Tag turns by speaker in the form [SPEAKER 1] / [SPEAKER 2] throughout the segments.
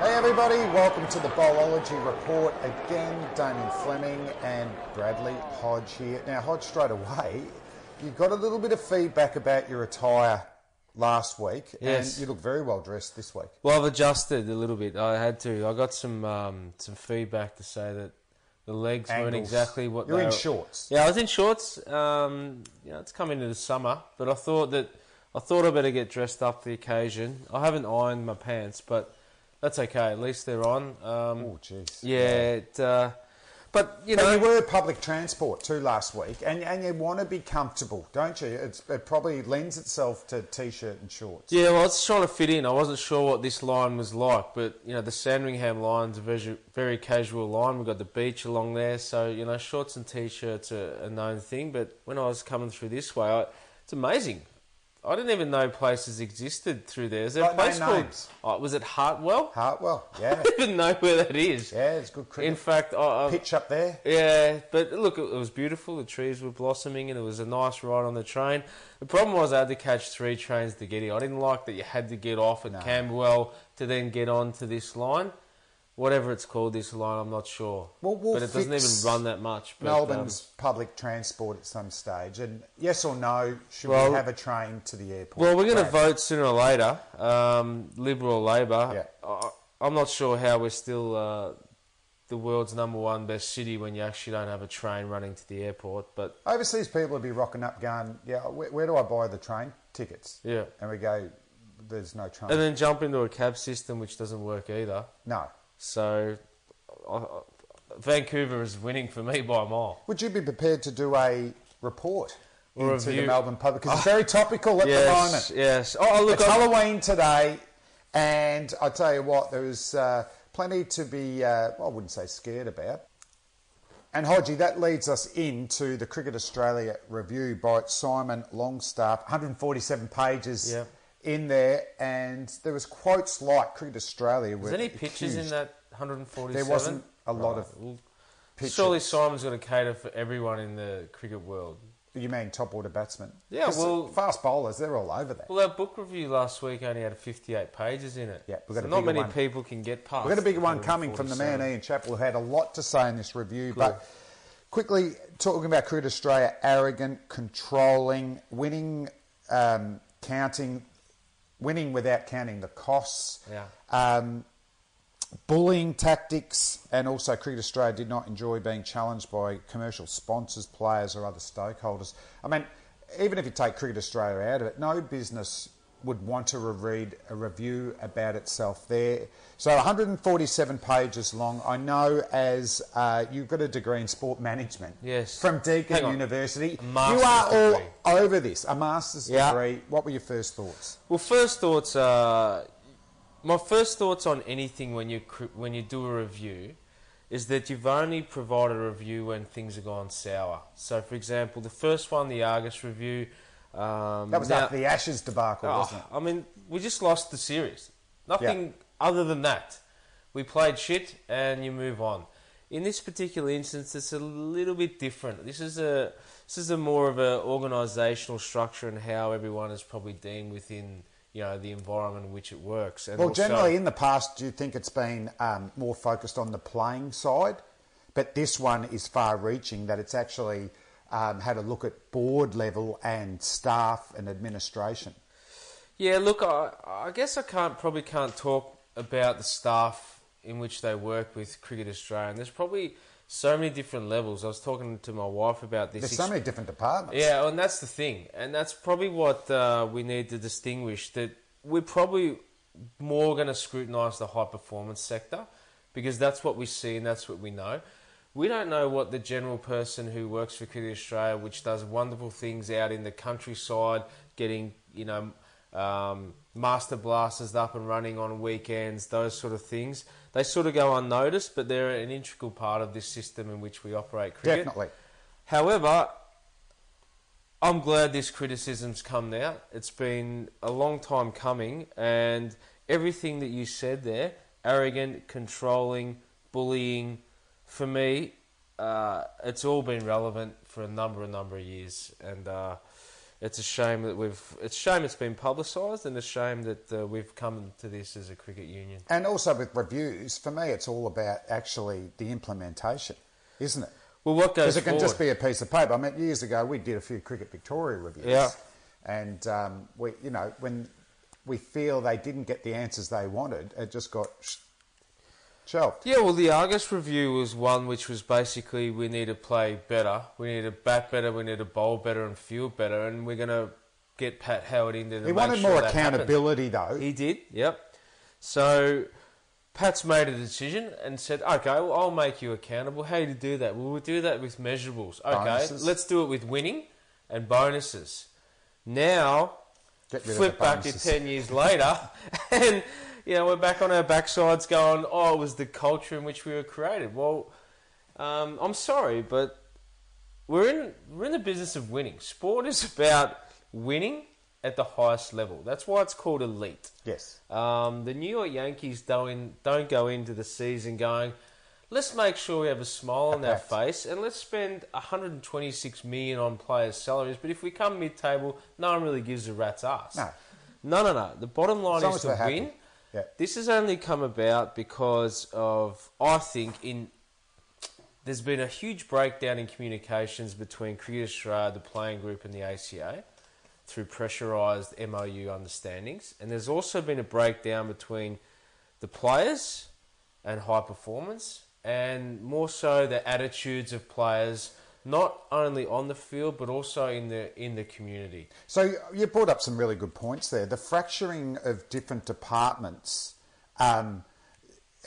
[SPEAKER 1] Hey everybody, welcome to the Bowlology Report. Again, Damien Fleming and Bradley Hodge here. Now, Hodge, straight away, you got a little bit of feedback about your attire last week,
[SPEAKER 2] Yes.
[SPEAKER 1] and you look very well dressed this week.
[SPEAKER 2] Well, I've adjusted a little bit. I had to. I got some um, some feedback to say that the legs weren't
[SPEAKER 1] Angles.
[SPEAKER 2] exactly what
[SPEAKER 1] You're
[SPEAKER 2] they
[SPEAKER 1] in
[SPEAKER 2] were-
[SPEAKER 1] shorts.
[SPEAKER 2] Yeah, I was in shorts. Um, you know, it's come into the summer, but I thought that I thought I better get dressed up for the occasion. I haven't ironed my pants, but that's okay. At least they're on. Um,
[SPEAKER 1] Oh, jeez.
[SPEAKER 2] Yeah, it, uh, but you
[SPEAKER 1] But
[SPEAKER 2] know,
[SPEAKER 1] you were public transport too last week, and, and you want to be comfortable, don't you? It's, it probably lends itself to t shirt and shorts.
[SPEAKER 2] Yeah, well, I was trying to fit in. I wasn't sure what this line was like, but you know, the Sandringham line's a very, very casual line. We've got the beach along there, so you know, shorts and t-shirts are a known thing. But when I was coming through this way, I, it's amazing. I didn't even know places existed through there. Is there a
[SPEAKER 1] Like, no
[SPEAKER 2] place called?
[SPEAKER 1] names.
[SPEAKER 2] Oh, was it Hartwell?
[SPEAKER 1] Hartwell, yeah.
[SPEAKER 2] I didn't know where that is.
[SPEAKER 1] yeah, it's good cricket.
[SPEAKER 2] In fact, I, I,
[SPEAKER 1] Pitch up there.
[SPEAKER 2] yeah, but look, it was beautiful. The trees were blossoming, and it was a nice ride on the train. The problem was I had to catch three trains to get here. I didn't like that you had to get off at Camberwell to then get on to this line, whatever it's called. This line, I'm not sure.
[SPEAKER 1] Well, we'll
[SPEAKER 2] but it doesn't
[SPEAKER 1] fix
[SPEAKER 2] even run that much. But, um,
[SPEAKER 1] Melbourne's public transport at some stage, and yes or no, should
[SPEAKER 2] Well-
[SPEAKER 1] we have a train to the airport?
[SPEAKER 2] Well, we're going to
[SPEAKER 1] Brad?
[SPEAKER 2] vote sooner or later, um, Liberal or Labor.
[SPEAKER 1] Yeah.
[SPEAKER 2] I I'm not sure how we're still uh, the world's number one best city when you actually don't have a train running to the airport. But
[SPEAKER 1] Overseas people would be rocking up, going, "Yeah, where, where do I buy the train tickets?"
[SPEAKER 2] Yeah.
[SPEAKER 1] and we go, "There's no train."
[SPEAKER 2] and then jump into a cab system, which doesn't work either.
[SPEAKER 1] no.
[SPEAKER 2] So, I, I- Vancouver is winning for me by a mile.
[SPEAKER 1] Would you be prepared to do a report
[SPEAKER 2] Or
[SPEAKER 1] into the
[SPEAKER 2] review. Oh.
[SPEAKER 1] Melbourne public? Because it's very topical at
[SPEAKER 2] Yes,
[SPEAKER 1] the moment.
[SPEAKER 2] yes. Oh, oh, look,
[SPEAKER 1] it's
[SPEAKER 2] I'm-
[SPEAKER 1] Halloween today, and I tell you what, there is uh, plenty to be. Uh, well, I wouldn't say scared about. And Hodgie, that leads us into the Cricket Australia review by Simon Longstaff, 147 pages
[SPEAKER 2] Yeah.
[SPEAKER 1] in there, and there was quotes like Cricket Australia.
[SPEAKER 2] Is
[SPEAKER 1] Was
[SPEAKER 2] there any pictures in that 147?
[SPEAKER 1] There wasn't a lot of
[SPEAKER 2] Well,
[SPEAKER 1] pictures.
[SPEAKER 2] Surely Simon's going to cater for everyone in the cricket world.
[SPEAKER 1] You mean top order batsmen?
[SPEAKER 2] Yeah,
[SPEAKER 1] 'Cause
[SPEAKER 2] well-
[SPEAKER 1] fast bowlers, they're all over that.
[SPEAKER 2] Well, our book review last week only had 58 pages in it.
[SPEAKER 1] Yeah, we've got
[SPEAKER 2] so
[SPEAKER 1] a
[SPEAKER 2] not
[SPEAKER 1] bigger
[SPEAKER 2] many
[SPEAKER 1] one.
[SPEAKER 2] people can get past.
[SPEAKER 1] We've got a big one coming from the man
[SPEAKER 2] 147.
[SPEAKER 1] Ian Chappell, who had a lot to say in this review. But quickly talking about Cricket Australia, arrogant, controlling, winning, um, counting, winning without counting the costs,
[SPEAKER 2] Yeah.
[SPEAKER 1] um, bullying tactics, and also Cricket Australia did not enjoy being challenged by commercial sponsors, players, or other stakeholders. I mean, even if you take Cricket Australia out of it, no business would want to read a review about itself there. So 147 pages long. I know as uh, you've got a degree in sport management.
[SPEAKER 2] Yes.
[SPEAKER 1] From Deakin
[SPEAKER 2] Hang on.
[SPEAKER 1] University.
[SPEAKER 2] A
[SPEAKER 1] You
[SPEAKER 2] master's
[SPEAKER 1] are
[SPEAKER 2] degree.
[SPEAKER 1] all over this. A master's
[SPEAKER 2] Yeah.
[SPEAKER 1] degree. What were your first thoughts?
[SPEAKER 2] Well, first thoughts are my first thoughts on anything when you cr- when you do a review is that you've only provided a review when things have gone sour. So, for example, the first one, the Argus review. Um,
[SPEAKER 1] That was
[SPEAKER 2] now-
[SPEAKER 1] after the Ashes debacle,
[SPEAKER 2] Oh,
[SPEAKER 1] wasn't it?
[SPEAKER 2] I mean, we just lost the series. Nothing other than that. We played shit and you move on. In this particular instance, it's a little bit different. This is a this is a more of a organisational structure and how everyone is probably deemed within you know the environment in which it works. And
[SPEAKER 1] Well,
[SPEAKER 2] also-
[SPEAKER 1] generally in the past, do you think it's been um, more focused on the playing side? But this one is far-reaching that it's actually um, had a look at board level and staff and administration.
[SPEAKER 2] Yeah, look, I, I guess I can't probably can't talk about the staff in which they work with Cricket Australia. And there's probably so many different levels. I was talking to my wife about this.
[SPEAKER 1] There's so many different departments.
[SPEAKER 2] Yeah, and that's the thing, and that's probably what uh, we need to distinguish. That we're probably more going to scrutinise the high performance sector because that's what we see and that's what we know. We don't know what the general person who works for Cricket Australia, which does wonderful things out in the countryside, getting you know um, master blasters up and running on weekends, those sort of things. They sort of go unnoticed, but they're an integral part of this system in which we operate cricket.
[SPEAKER 1] Definitely.
[SPEAKER 2] However, I'm glad this criticism's come now. It's been a long time coming, and everything that you said there arrogant, controlling, bullying for me, uh, it's all been relevant for a number, a number of years. And. Uh, it's a shame that we've it's a shame it's been publicised and a shame that uh, we've come to this as a cricket union.
[SPEAKER 1] And also with reviews, for me, it's all about actually the implementation, isn't it?
[SPEAKER 2] Well, what goes
[SPEAKER 1] Because it can
[SPEAKER 2] forward?
[SPEAKER 1] just be a piece of paper. I mean, years ago we did a few Cricket Victoria reviews,
[SPEAKER 2] Yeah.
[SPEAKER 1] and um, we, you know, when we feel they didn't get the answers they wanted, it just got sh- shelved.
[SPEAKER 2] Yeah, well, the Argus review was one which was basically we need to play better, we need to bat better, we need to bowl better and field better, and we're going to get Pat Howard in there. to
[SPEAKER 1] He
[SPEAKER 2] make
[SPEAKER 1] wanted
[SPEAKER 2] sure
[SPEAKER 1] more
[SPEAKER 2] that happens.
[SPEAKER 1] accountability, though.
[SPEAKER 2] He did, yep. So Pat's made a decision and said, okay, well, I'll make you accountable. How do you do that? Well, we'll do that with measurables. Okay,
[SPEAKER 1] Bonuses.
[SPEAKER 2] let's do it with winning and bonuses. Now,
[SPEAKER 1] Get rid of
[SPEAKER 2] flip
[SPEAKER 1] the
[SPEAKER 2] back to
[SPEAKER 1] bonuses.
[SPEAKER 2] 10 years later, and, you know, we're back on our backsides going, oh, it was the culture in which we were created. Well, um, I'm sorry, but we're in we're in the business of winning. Sport is about winning at the highest level. That's why it's called elite.
[SPEAKER 1] Yes.
[SPEAKER 2] Um, the New York Yankees don't don't go into the season going. Let's make sure we have a smile on our face, and let's spend 126 million on players' salaries. But if we come mid-table, no one really gives a rat's ass.
[SPEAKER 1] No.
[SPEAKER 2] no, no, no. The bottom line
[SPEAKER 1] As long
[SPEAKER 2] is
[SPEAKER 1] as
[SPEAKER 2] to
[SPEAKER 1] they're happy.
[SPEAKER 2] win.
[SPEAKER 1] Yeah.
[SPEAKER 2] This has only come about because of, I think, in there's been a huge breakdown in communications between Cricket Australia, the playing group, and the ACA through pressurised MOU understandings. And there's also been a breakdown between the players and high performance, and more so the attitudes of players, not only on the field but also in the in the community.
[SPEAKER 1] So you brought up some really good points there. The fracturing of different departments. Um,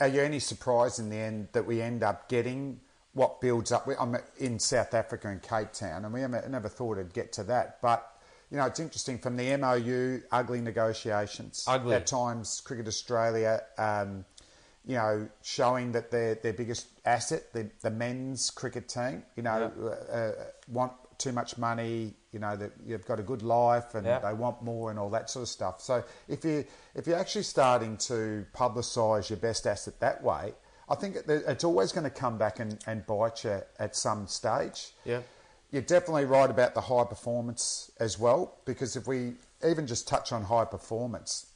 [SPEAKER 1] are you any surprised in the end that we end up getting what builds up? we- I'm in South Africa in Cape Town, and we never never thought it'd get to that. But you know, it's interesting from the MOU, ugly negotiations.
[SPEAKER 2] Ugly.
[SPEAKER 1] At times, Cricket Australia, um, you know, showing that their their biggest asset, the, the men's cricket team, you know, uh, want too much money. You know that you've got a good life, and
[SPEAKER 2] Yeah.
[SPEAKER 1] they want more, and all that sort of stuff. So if you if you're actually starting to publicise your best asset that way, I think it, it's always going to come back and, and bite you at some stage.
[SPEAKER 2] Yeah.
[SPEAKER 1] You're definitely right about the high performance as well, because if we even just touch on high performance,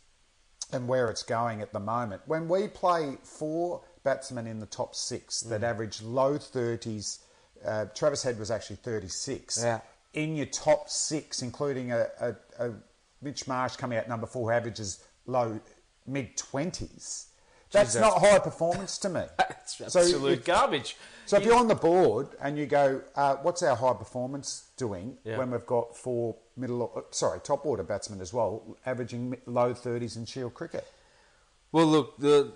[SPEAKER 1] and where it's going at the moment. When we play four batsmen in the top six that
[SPEAKER 2] Mm.
[SPEAKER 1] average low 30s, uh, Travis Head was actually 36.
[SPEAKER 2] Yeah.
[SPEAKER 1] In your top six, including a, a, a Mitch Marsh coming out number four, who averages low mid 20s. That's
[SPEAKER 2] Jesus.
[SPEAKER 1] not high performance to me.
[SPEAKER 2] It's
[SPEAKER 1] So
[SPEAKER 2] absolute
[SPEAKER 1] if-
[SPEAKER 2] garbage.
[SPEAKER 1] so if you're on the board and you go, uh, what's our high performance doing when we've got four middle, uh, sorry, top order batsmen as well, averaging mi- low 30s in Shield cricket?
[SPEAKER 2] Well, look, the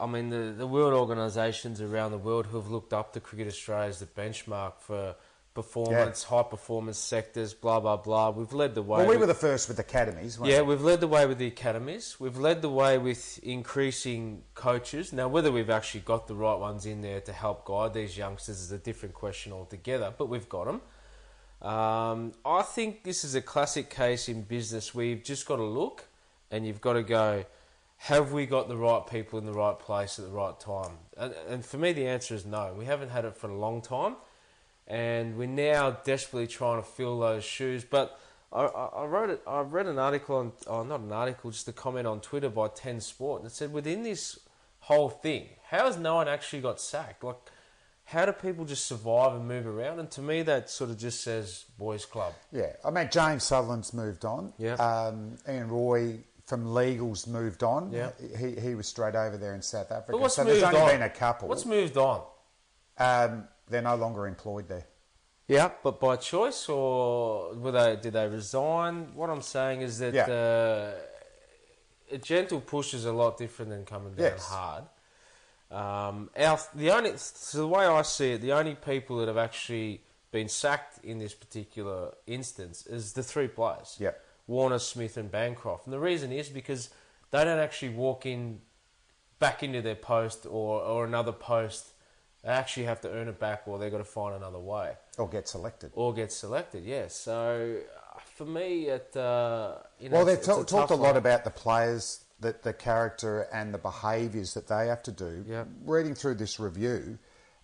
[SPEAKER 2] I mean the, the world organisations around the world who have looked up to Cricket Australia as the benchmark for performance, high performance sectors, blah blah blah. We've led the way.
[SPEAKER 1] Well, we
[SPEAKER 2] with-
[SPEAKER 1] were the first with academies. Weren't
[SPEAKER 2] yeah,
[SPEAKER 1] we?
[SPEAKER 2] we've led the way with the academies. We've led the way with increasing coaches. Now, whether we've actually got the right ones in there to help guide these youngsters is a different question altogether, but we've got them. Um, I think this is a classic case in business where you've just got to look and you've got to go, have we got the right people in the right place at the right time? And, and for me, the answer is no. We haven't had it for a long time, and we're now desperately trying to fill those shoes. But I, I, I wrote it. I read an article on, oh, not an article, just a comment on Twitter by Ten Sport, and it said within this whole thing, how has no one actually got sacked? Like how do people just survive and move around? And to me, that sort of just says boys' club.
[SPEAKER 1] yeah. I mean, James Sutherland's moved on.
[SPEAKER 2] Yeah.
[SPEAKER 1] Um, Ian Roy from legals moved on.
[SPEAKER 2] Yeah.
[SPEAKER 1] He, he was straight over there in South Africa.
[SPEAKER 2] But what's
[SPEAKER 1] so
[SPEAKER 2] moved
[SPEAKER 1] there's only
[SPEAKER 2] on?
[SPEAKER 1] been a couple.
[SPEAKER 2] What's moved on?
[SPEAKER 1] um, they're no longer employed there.
[SPEAKER 2] Yeah, but by choice or were they? Did they resign? What I'm saying is that
[SPEAKER 1] Yeah.
[SPEAKER 2] uh, a gentle push is a lot different than coming down
[SPEAKER 1] Yes.
[SPEAKER 2] hard. Um, our, the only so the way I see it, the only people that have actually been sacked in this particular instance is the three players.
[SPEAKER 1] Yeah.
[SPEAKER 2] Warner, Smith, and Bancroft, and the reason is because they don't actually walk in back into their post or, or another post. They actually have to earn it back, or they've got to find another way
[SPEAKER 1] Or get selected.
[SPEAKER 2] or get selected. Yes. So uh, for me, it uh, you know,
[SPEAKER 1] well, they've
[SPEAKER 2] it's-
[SPEAKER 1] ta-
[SPEAKER 2] it's
[SPEAKER 1] talked a
[SPEAKER 2] tough
[SPEAKER 1] lot
[SPEAKER 2] one.
[SPEAKER 1] about the players, that the character and the behaviours that they have to do.
[SPEAKER 2] Yeah.
[SPEAKER 1] Reading through this review,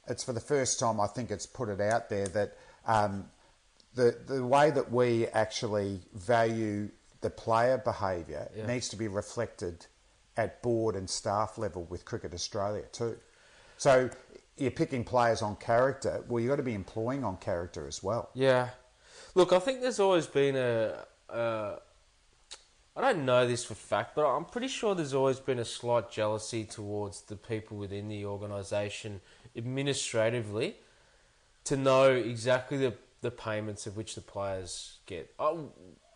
[SPEAKER 1] it's for the first time I think it's put it out there that um, the the way that we actually value the player behaviour needs to be reflected at board and staff level with Cricket Australia too. So you're picking players on character. Well, you've got to be employing on character as well.
[SPEAKER 2] Yeah. Look, I think there's always been a. a I don't know this for fact, but I'm pretty sure there's always been a slight jealousy towards the people within the organisation administratively to know exactly the, the payments of which the players get. Oh,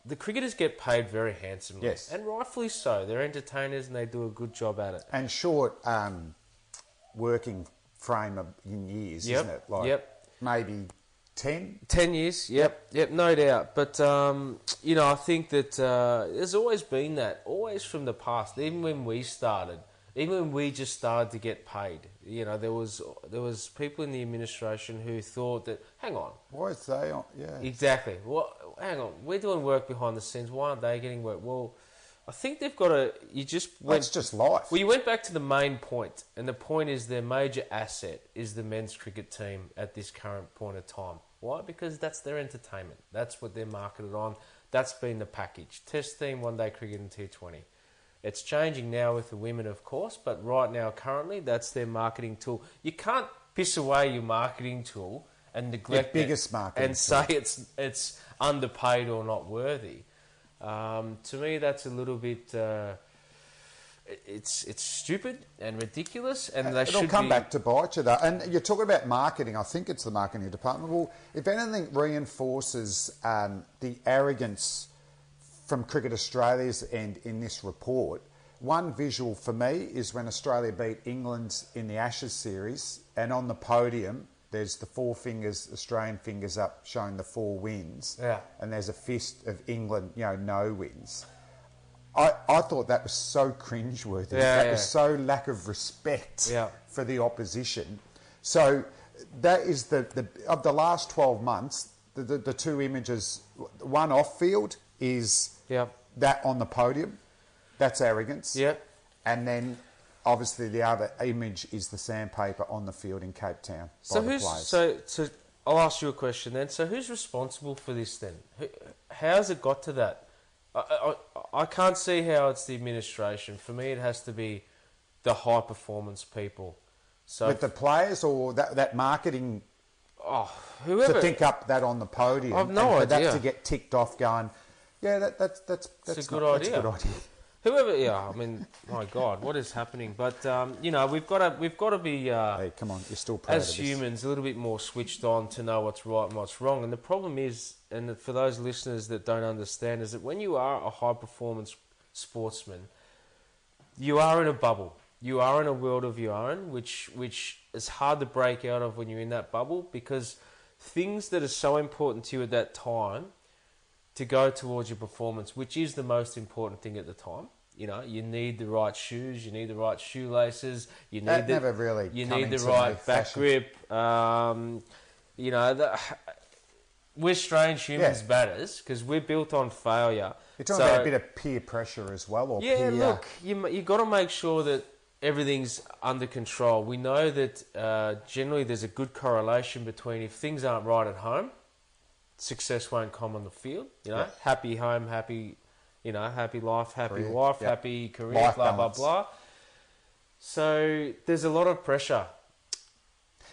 [SPEAKER 2] the cricketers get paid very handsomely,
[SPEAKER 1] Yes.
[SPEAKER 2] and rightfully so. They're entertainers and they do a good job at it.
[SPEAKER 1] and short um, working frame of, in years,
[SPEAKER 2] Yep,
[SPEAKER 1] isn't it? Like
[SPEAKER 2] yep.
[SPEAKER 1] maybe ten.
[SPEAKER 2] 10 years, yep, yep, no doubt. But, um, you know, I think that uh, there's always been that, always from the past, even when we started, even when we just started to get paid. You know, there was there was people in the administration who thought that, hang on,
[SPEAKER 1] Why is they? On? Yeah,
[SPEAKER 2] exactly, what? Hang on, we're doing work behind the scenes. Why aren't they getting work? Well, I think they've got to. You just went
[SPEAKER 1] that's just life.
[SPEAKER 2] well, you went back to the main point, and the point is their major asset is the men's cricket team at this current point of time. Why? Because that's their entertainment. That's what they're marketed on. That's been the package. Test team, one day cricket, and T20. It's changing now with the women, of course, but right now, currently, that's their marketing tool. You can't piss away your marketing tool and neglect it
[SPEAKER 1] biggest marketing
[SPEAKER 2] and say it's it's underpaid or not worthy. Um, to me, that's a little bit. Uh, it's it's stupid and ridiculous, and they
[SPEAKER 1] Uh, It'll
[SPEAKER 2] should
[SPEAKER 1] come
[SPEAKER 2] be-
[SPEAKER 1] back to bite you, though. And you're talking about marketing. I think it's the marketing department. Well, if anything, reinforces um, the arrogance from Cricket Australia's end in this report. One visual for me is when Australia beat England in the Ashes series, and on the podium, there's the four fingers, Australian fingers up, showing the four wins.
[SPEAKER 2] Yeah.
[SPEAKER 1] And there's a fist of England, you know, no wins. I, I thought that was so cringeworthy.
[SPEAKER 2] Yeah,
[SPEAKER 1] that
[SPEAKER 2] yeah.
[SPEAKER 1] was so lack of respect
[SPEAKER 2] Yeah.
[SPEAKER 1] for the opposition. So that is the, the of the last 12 months, the, the, the two images, one off field is
[SPEAKER 2] Yeah.
[SPEAKER 1] that on the podium, that's arrogance.
[SPEAKER 2] Yeah.
[SPEAKER 1] And then obviously the other image is the sandpaper on the field in Cape Town
[SPEAKER 2] So
[SPEAKER 1] by
[SPEAKER 2] who's
[SPEAKER 1] the players.
[SPEAKER 2] so so? I'll ask you a question then. So who's responsible for this then? Who, how's it got to that? I, I I can't see how it's the administration. For me, it has to be the high performance people. So
[SPEAKER 1] With the players or that, that marketing
[SPEAKER 2] oh, whoever
[SPEAKER 1] to think up that on the podium.
[SPEAKER 2] I've no
[SPEAKER 1] and for
[SPEAKER 2] idea.
[SPEAKER 1] That to get ticked off, going, yeah, that, that's that's that's
[SPEAKER 2] a good
[SPEAKER 1] not- that's
[SPEAKER 2] idea.
[SPEAKER 1] a good idea.
[SPEAKER 2] Whoever, yeah, I mean, my God, what is happening? But um, you know, we've got to, we've got to be uh,
[SPEAKER 1] Hey, come on, you're still proud
[SPEAKER 2] as
[SPEAKER 1] of this.
[SPEAKER 2] humans a little bit more switched on to know what's right and what's wrong. And the problem is, and for those listeners that don't understand, is that when you are a high performance sportsman, you are in a bubble. You are in a world of your own, which which is hard to break out of when you're in that bubble because things that are so important to you at that time to go towards your performance, which is the most important thing at the time. You know, you need the right shoes, you need the right shoelaces, you need
[SPEAKER 1] That
[SPEAKER 2] the,
[SPEAKER 1] never really
[SPEAKER 2] you
[SPEAKER 1] come
[SPEAKER 2] need the
[SPEAKER 1] into my
[SPEAKER 2] right back
[SPEAKER 1] fashion.
[SPEAKER 2] grip. Um, you know, the, we're strange humans,
[SPEAKER 1] Yeah.
[SPEAKER 2] batters, because we're built on failure.
[SPEAKER 1] You're talking
[SPEAKER 2] So-
[SPEAKER 1] about a bit of peer pressure as well, or
[SPEAKER 2] yeah,
[SPEAKER 1] peer.
[SPEAKER 2] look, you ma- you got to make sure that everything's under control. We know that uh, generally there's a good correlation between if things aren't right at home, success won't come on the field. You know, happy home, happy, you know, happy life, happy
[SPEAKER 1] Career,
[SPEAKER 2] wife,
[SPEAKER 1] yeah.
[SPEAKER 2] happy career,
[SPEAKER 1] Life
[SPEAKER 2] blah
[SPEAKER 1] balance.
[SPEAKER 2] blah blah. So there's a lot of pressure.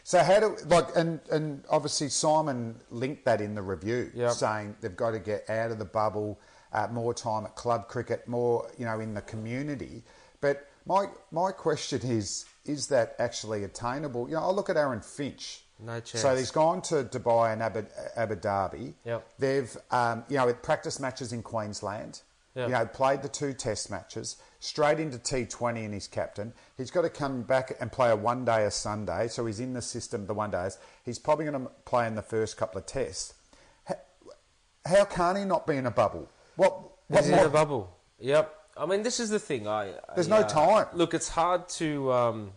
[SPEAKER 1] So how do like and and obviously Simon linked that in the review,
[SPEAKER 2] Yep.
[SPEAKER 1] saying they've got to get out of the bubble. uh, more time at club cricket, more you know in the community. But my my question is: is that actually attainable? You know, I look at Aaron Finch.
[SPEAKER 2] No chance.
[SPEAKER 1] So he's gone to Dubai and Abu, Abu Dhabi.
[SPEAKER 2] Yep.
[SPEAKER 1] They've um, you know with practice matches in Queensland.
[SPEAKER 2] Yep.
[SPEAKER 1] You know, played the two Test matches straight into T20 and he's captain. He's got to come back and play a one day a Sunday, so he's in the system the one days. He's probably going to play in the first couple of tests. How, how can he not be in a bubble? What? what
[SPEAKER 2] He's in
[SPEAKER 1] more-
[SPEAKER 2] a bubble. Yep. I mean, this is the thing. I I, uh,
[SPEAKER 1] There's no time.
[SPEAKER 2] Look, it's hard to. Um,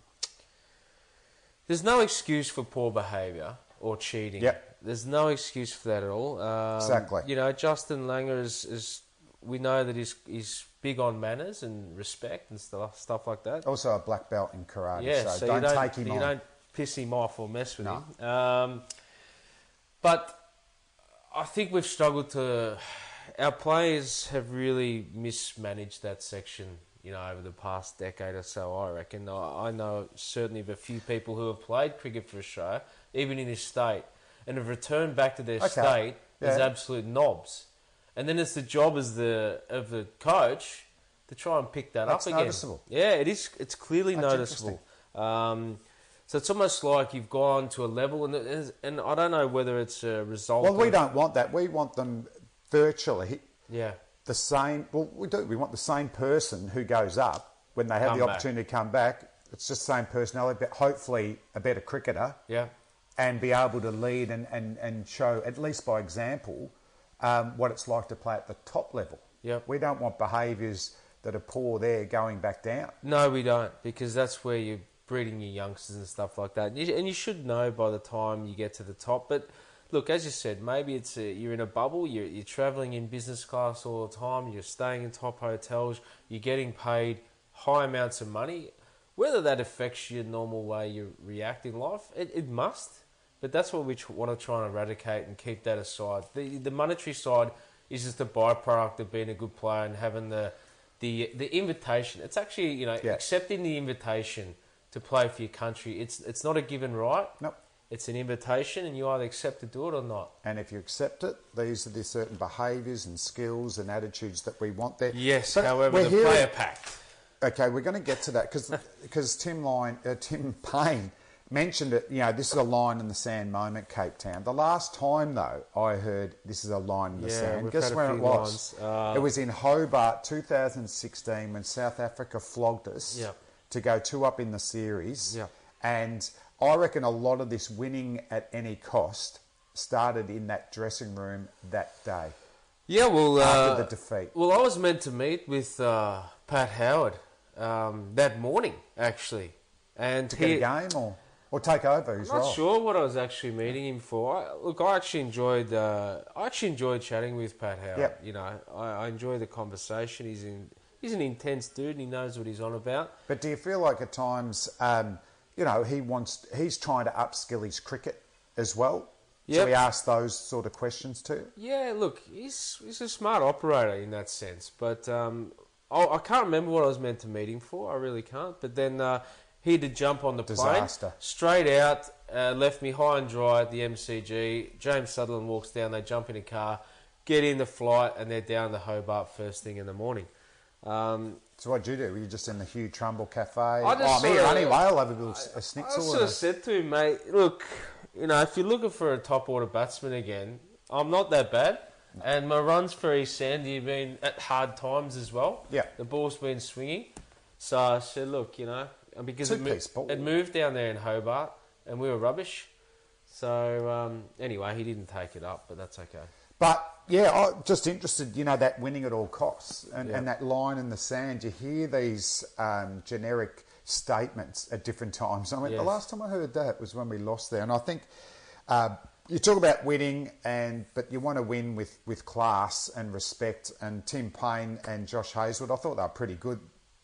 [SPEAKER 2] there's no excuse for poor behaviour or cheating.
[SPEAKER 1] Yep.
[SPEAKER 2] There's no excuse for that at all. Um,
[SPEAKER 1] Exactly.
[SPEAKER 2] You know, Justin Langer is, is. We know that he's he's big on manners and respect and stuff stuff like that.
[SPEAKER 1] Also a black belt in karate,
[SPEAKER 2] Yeah,
[SPEAKER 1] so,
[SPEAKER 2] so,
[SPEAKER 1] don't,
[SPEAKER 2] you don't
[SPEAKER 1] take him
[SPEAKER 2] you
[SPEAKER 1] on.
[SPEAKER 2] don't piss him off or mess with him. Um, but I think we've struggled to. Our players have really mismanaged that section, you know, over the past decade or so. I reckon. I, I know certainly of a few people who have played cricket for Australia, even in this state, and have returned back to their
[SPEAKER 1] Okay.
[SPEAKER 2] state as
[SPEAKER 1] Yeah.
[SPEAKER 2] absolute knobs. And then it's the job as the of the coach to try and pick that
[SPEAKER 1] That's
[SPEAKER 2] up again.
[SPEAKER 1] noticeable.
[SPEAKER 2] Yeah, it is. It's clearly
[SPEAKER 1] That's
[SPEAKER 2] noticeable. Um, so it's almost like you've gone to a level, and it is- and I don't know whether it's a result.
[SPEAKER 1] Well, we
[SPEAKER 2] of-
[SPEAKER 1] don't want that. We want them virtually
[SPEAKER 2] Yeah,
[SPEAKER 1] the same. Well, we do. We want the same person who goes up when they have
[SPEAKER 2] Come
[SPEAKER 1] the
[SPEAKER 2] back.
[SPEAKER 1] opportunity to come back. It's just the same personality, but hopefully a better cricketer.
[SPEAKER 2] yeah,
[SPEAKER 1] and be able to lead and, and, and show, at least by example, um, what it's like to play at the top level.
[SPEAKER 2] Yep.
[SPEAKER 1] We don't want behaviours that are poor there going back down.
[SPEAKER 2] no, we don't, because that's where you're breeding your youngsters and stuff like that. And you, and you should know by the time you get to the top. But look, as you said, maybe it's a, you're in a bubble. You're, you're traveling in business class all the time. You're staying in top hotels. You're getting paid high amounts of money. Whether that affects your normal way you react in life, it, it must. But that's what we tr- want to try and eradicate and keep that aside. The, the monetary side is just a byproduct of being a good player and having the the the invitation. It's actually you know
[SPEAKER 1] Yeah.
[SPEAKER 2] accepting the invitation to play for your country. It's it's not a given right.
[SPEAKER 1] Nope.
[SPEAKER 2] It's an invitation, and you either accept to do it or not.
[SPEAKER 1] And if you accept it, these are the certain behaviours and skills and attitudes that we want there.
[SPEAKER 2] Yes.
[SPEAKER 1] But
[SPEAKER 2] however,
[SPEAKER 1] we're
[SPEAKER 2] the
[SPEAKER 1] hearing-
[SPEAKER 2] player pact.
[SPEAKER 1] Okay, we're going to get to that because Tim Line, uh, Tim Payne mentioned it. You know, this is a line in the sand moment, Cape Town. The last time though, I heard this is a line in the
[SPEAKER 2] Yeah,
[SPEAKER 1] sand.
[SPEAKER 2] we've
[SPEAKER 1] Guess
[SPEAKER 2] had a
[SPEAKER 1] where it
[SPEAKER 2] few
[SPEAKER 1] was?
[SPEAKER 2] lines. Uh,
[SPEAKER 1] it was in Hobart, 2016, when South Africa flogged us
[SPEAKER 2] Yeah.
[SPEAKER 1] to go two up in the series.
[SPEAKER 2] Yeah.
[SPEAKER 1] And I reckon a lot of this winning at any cost started in that dressing room that day.
[SPEAKER 2] Yeah, well,
[SPEAKER 1] After
[SPEAKER 2] uh,
[SPEAKER 1] the defeat.
[SPEAKER 2] Well, I was meant to meet with uh, Pat Howard um, that morning, actually, and
[SPEAKER 1] To get
[SPEAKER 2] he,
[SPEAKER 1] a game or or take over his
[SPEAKER 2] I'm
[SPEAKER 1] role.
[SPEAKER 2] not sure what I was actually meeting him for. I, look, I actually enjoyed. Uh, I actually enjoyed chatting with Pat Howard.
[SPEAKER 1] Yep.
[SPEAKER 2] You know, I, I enjoy the conversation. He's in. He's an intense dude, and he knows what he's on about.
[SPEAKER 1] But do you feel like at times, um, you know, he wants he's trying to upskill his cricket as well? So
[SPEAKER 2] Yep.
[SPEAKER 1] he asks those sort of questions too.
[SPEAKER 2] Yeah, look, he's he's a smart operator in that sense. But um, I, I can't remember what I was meant to meet him for. I really can't. But then uh, he had to jump on the
[SPEAKER 1] Disaster.
[SPEAKER 2] plane straight out, uh, left me high and dry at the MCG. James Sutherland walks down. They jump in a car, get in the flight, and they're down to Hobart first thing in the morning. Um,
[SPEAKER 1] So what do you do? Were you just in the Hugh Trumbull Cafe? I
[SPEAKER 2] just
[SPEAKER 1] oh, I'm
[SPEAKER 2] sort
[SPEAKER 1] here
[SPEAKER 2] of-
[SPEAKER 1] anyway. I'll have a, little, s- a
[SPEAKER 2] I
[SPEAKER 1] schnitzel.
[SPEAKER 2] sort
[SPEAKER 1] and a-
[SPEAKER 2] of said to him, mate, look, you know, if you're looking for a top order batsman again, I'm not that bad. And my runs for East Sandy have been at hard times as well.
[SPEAKER 1] Yeah.
[SPEAKER 2] The ball's been swinging. So I said, look, you know, and because it,
[SPEAKER 1] Two-piece ball.
[SPEAKER 2] it moved down there in Hobart and we were rubbish. So um, anyway, he didn't take it up, but that's okay.
[SPEAKER 1] But yeah, I'm just interested, you know, that winning at all costs and,
[SPEAKER 2] Yeah.
[SPEAKER 1] and that line in the sand. You hear these um, generic statements at different times. I mean, the
[SPEAKER 2] Yes.
[SPEAKER 1] last time I heard that was when we lost there. And I think uh, you talk about winning, and but you want to win with, with class and respect. And Tim Payne and Josh Hazlewood, I thought they were pretty good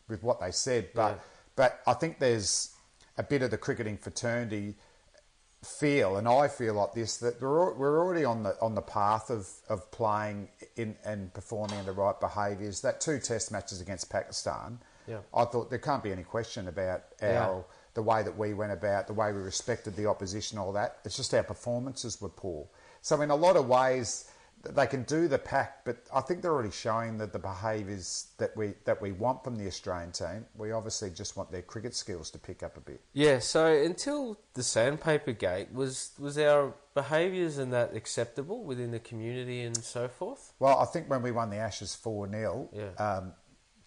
[SPEAKER 1] with what they said. But,
[SPEAKER 2] Yeah.
[SPEAKER 1] but I think there's a bit of the cricketing fraternity feel, and I feel like this, that we're, al- we're already on the on the path of, of playing in and performing in the right behaviours. That two Test matches against Pakistan,
[SPEAKER 2] Yeah.
[SPEAKER 1] I thought there can't be any question about our
[SPEAKER 2] Yeah.
[SPEAKER 1] the way that we went about, the way we respected the opposition, all that. It's just our performances were poor. So in a lot of ways, they can do the pack, but I think they're already showing that the behaviours that we that we want from the Australian team. We obviously just want their cricket skills to pick up a bit.
[SPEAKER 2] Yeah, so until the sandpaper gate was was our behaviours and that acceptable within the community and so forth.
[SPEAKER 1] Well, I think when we won the Ashes four 0
[SPEAKER 2] Yeah.
[SPEAKER 1] um,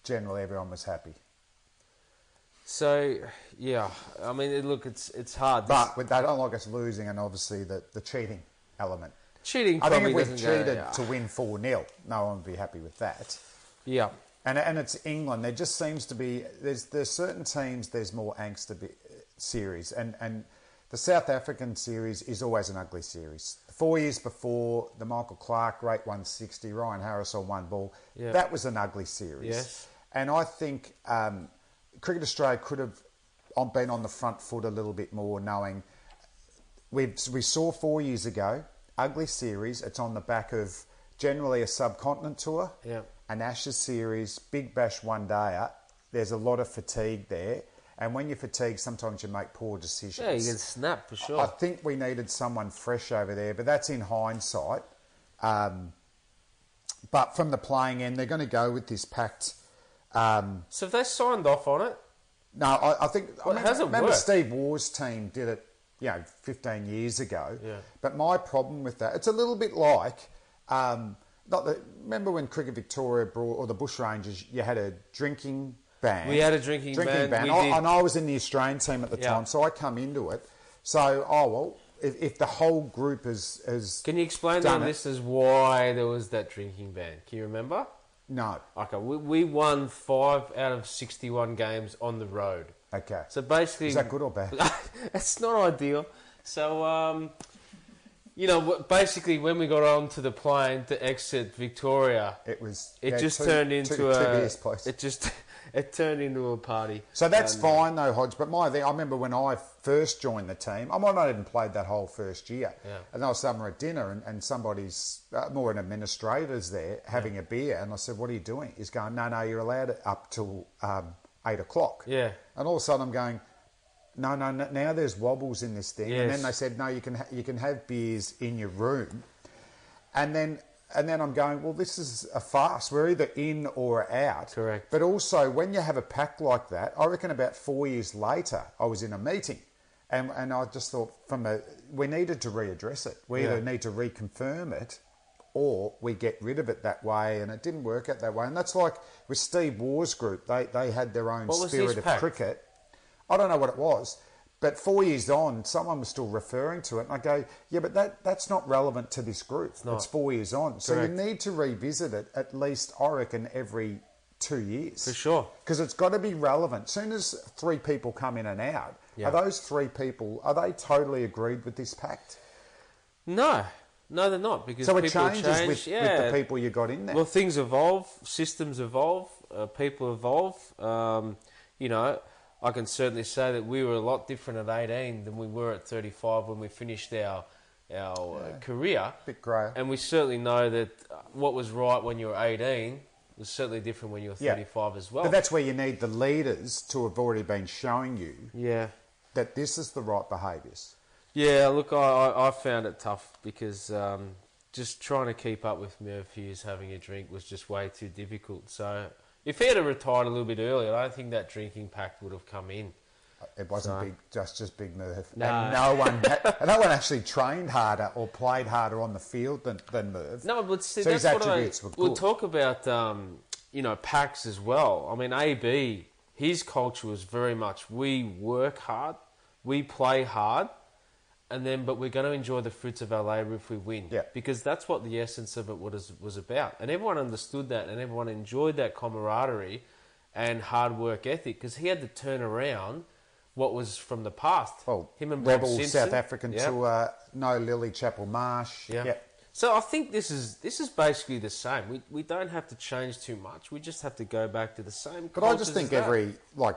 [SPEAKER 1] generally everyone was happy.
[SPEAKER 2] So yeah, I mean, it- look, it's it's hard. This
[SPEAKER 1] But with- they don't like us losing, and obviously the, the cheating element.
[SPEAKER 2] cheating
[SPEAKER 1] I think
[SPEAKER 2] probably
[SPEAKER 1] if we
[SPEAKER 2] doesn't go-
[SPEAKER 1] cheated
[SPEAKER 2] yeah.
[SPEAKER 1] to win four 0 no one would be happy with that.
[SPEAKER 2] yeah.
[SPEAKER 1] And and it's England. There just seems to be there's there's certain teams there's more angst a bit, series and and the South African series is always an ugly series. Four years before the Michael Clark rate 160, Ryan Harris on one ball,
[SPEAKER 2] Yeah.
[SPEAKER 1] that was an ugly series.
[SPEAKER 2] Yes.
[SPEAKER 1] And I think um, Cricket Australia could have on- been on the front foot a little bit more, knowing we we saw four years ago ugly series. It's on the back of generally a subcontinent tour,
[SPEAKER 2] Yeah.
[SPEAKER 1] an Ashes series, Big Bash one day. There's a lot of fatigue there, and when you're fatigued, sometimes you make poor decisions.
[SPEAKER 2] Yeah, you can snap for sure.
[SPEAKER 1] I think we needed someone fresh over there, but that's in hindsight. Um, but from the playing end, they're going to go with this packed. Um,
[SPEAKER 2] so if they signed off on it,
[SPEAKER 1] no, I, I think.
[SPEAKER 2] Well,
[SPEAKER 1] I
[SPEAKER 2] how's
[SPEAKER 1] remember,
[SPEAKER 2] it
[SPEAKER 1] remember
[SPEAKER 2] work?
[SPEAKER 1] Steve War's team did it, you know, 15 years ago.
[SPEAKER 2] Yeah.
[SPEAKER 1] But my problem with that, it's a little bit like, um, not that, remember when Cricket Victoria brought, or the Bushrangers, you had a drinking ban.
[SPEAKER 2] We had a drinking ban, we
[SPEAKER 1] I-
[SPEAKER 2] did.
[SPEAKER 1] and I was in the Australian team at the
[SPEAKER 2] Yeah.
[SPEAKER 1] time, so I come into it. So, oh, well, if, if the whole group is. is
[SPEAKER 2] can you explain to
[SPEAKER 1] done
[SPEAKER 2] the
[SPEAKER 1] it-
[SPEAKER 2] listeners why there was that drinking ban? Can you remember?
[SPEAKER 1] No.
[SPEAKER 2] Okay, we, we won five out of 61 games on the road.
[SPEAKER 1] Okay.
[SPEAKER 2] So basically,
[SPEAKER 1] Is that good or bad?
[SPEAKER 2] it's not ideal. So, um, you know, wh- basically, when we got onto the plane to exit Victoria,
[SPEAKER 1] It was.
[SPEAKER 2] it
[SPEAKER 1] yeah,
[SPEAKER 2] just
[SPEAKER 1] two-
[SPEAKER 2] turned
[SPEAKER 1] two-
[SPEAKER 2] into
[SPEAKER 1] two
[SPEAKER 2] a
[SPEAKER 1] beers, please.
[SPEAKER 2] it just it turned into a party.
[SPEAKER 1] So that's
[SPEAKER 2] Um,
[SPEAKER 1] fine though, Hodge. But my thing, I remember when I first joined the team, I might not even played that whole first year.
[SPEAKER 2] Yeah.
[SPEAKER 1] And I was somewhere at dinner, and, and somebody's uh, more an administrator's there having a beer, and I said, "What are you doing?" He's going, "No, no, you're allowed it up till um, eight o'clock."
[SPEAKER 2] Yeah.
[SPEAKER 1] And all of a sudden, I'm going. No, no, no. Now there's wobbles in this thing, and
[SPEAKER 2] Yes.
[SPEAKER 1] then they said no. You can ha- you can have beers in your room, and then and then I'm going. Well, this is a farce. We're either in or out.
[SPEAKER 2] Correct.
[SPEAKER 1] But also, when you have a pack like that, I reckon about four years later, I was in a meeting, and and I just thought from a we needed to readdress it. We either need to reconfirm it, or we get rid of it that way. And it didn't work out that way. And that's like with Steve War's group. They they had their own
[SPEAKER 2] What was his
[SPEAKER 1] spirit of
[SPEAKER 2] pack?
[SPEAKER 1] cricket. I don't know what it was, but four years on, someone was still referring to it, and I go, yeah, but that that's not relevant to this group. It's, four years on, so you need to revisit it at least, I reckon, every two years
[SPEAKER 2] For sure.
[SPEAKER 1] because it's got to be relevant. Soon as three people come in and out,
[SPEAKER 2] Yeah.
[SPEAKER 1] are those three people are they totally agreed with this pact?
[SPEAKER 2] No, no, they're not because
[SPEAKER 1] So it
[SPEAKER 2] people
[SPEAKER 1] changes
[SPEAKER 2] change.
[SPEAKER 1] with,
[SPEAKER 2] yeah.
[SPEAKER 1] with the people you got in there.
[SPEAKER 2] Well, things evolve, systems evolve, uh, people evolve. Um, you know, I can certainly say that we were a lot different at 18 than we were at 35 when we finished our our uh, career.
[SPEAKER 1] Bit greyer.
[SPEAKER 2] And we certainly know that uh, what was right when you were 18 was certainly different when you were 35 as well.
[SPEAKER 1] But that's where you need the leaders to have already been showing you
[SPEAKER 2] yeah.
[SPEAKER 1] that this is the right behaviours.
[SPEAKER 2] Yeah, look, I, I, I found it tough because um, just trying to keep up with Merv Hughes having a drink was just way too difficult. So if he had retired a little bit earlier, I don't think that drinking pact would have come in.
[SPEAKER 1] It wasn't big, just just big Merv,
[SPEAKER 2] No.
[SPEAKER 1] and no one, and no one actually trained harder or played harder on the field than, than Merv.
[SPEAKER 2] No, but see,
[SPEAKER 1] so
[SPEAKER 2] that's
[SPEAKER 1] his
[SPEAKER 2] what I,
[SPEAKER 1] attributes were good.
[SPEAKER 2] we'll talk about. Um, you know, packs as well. I mean, AB, his culture was very much we work hard, we play hard, and then but we're going to enjoy the fruits of our labor if we win.
[SPEAKER 1] Yeah.
[SPEAKER 2] because that's what the essence of it was was about, and everyone understood that, and everyone enjoyed that camaraderie and hard work ethic because he had to turn around. What was from the past?
[SPEAKER 1] well,
[SPEAKER 2] him and Bob
[SPEAKER 1] Rebel
[SPEAKER 2] Simpson.
[SPEAKER 1] South African
[SPEAKER 2] Yeah.
[SPEAKER 1] tour, no Lily Chapel Marsh.
[SPEAKER 2] Yeah. So I think this is this is basically the same. We we don't have to change too much. We just have to go back to the same.
[SPEAKER 1] But I
[SPEAKER 2] cultures
[SPEAKER 1] just
[SPEAKER 2] as
[SPEAKER 1] think
[SPEAKER 2] that.
[SPEAKER 1] every like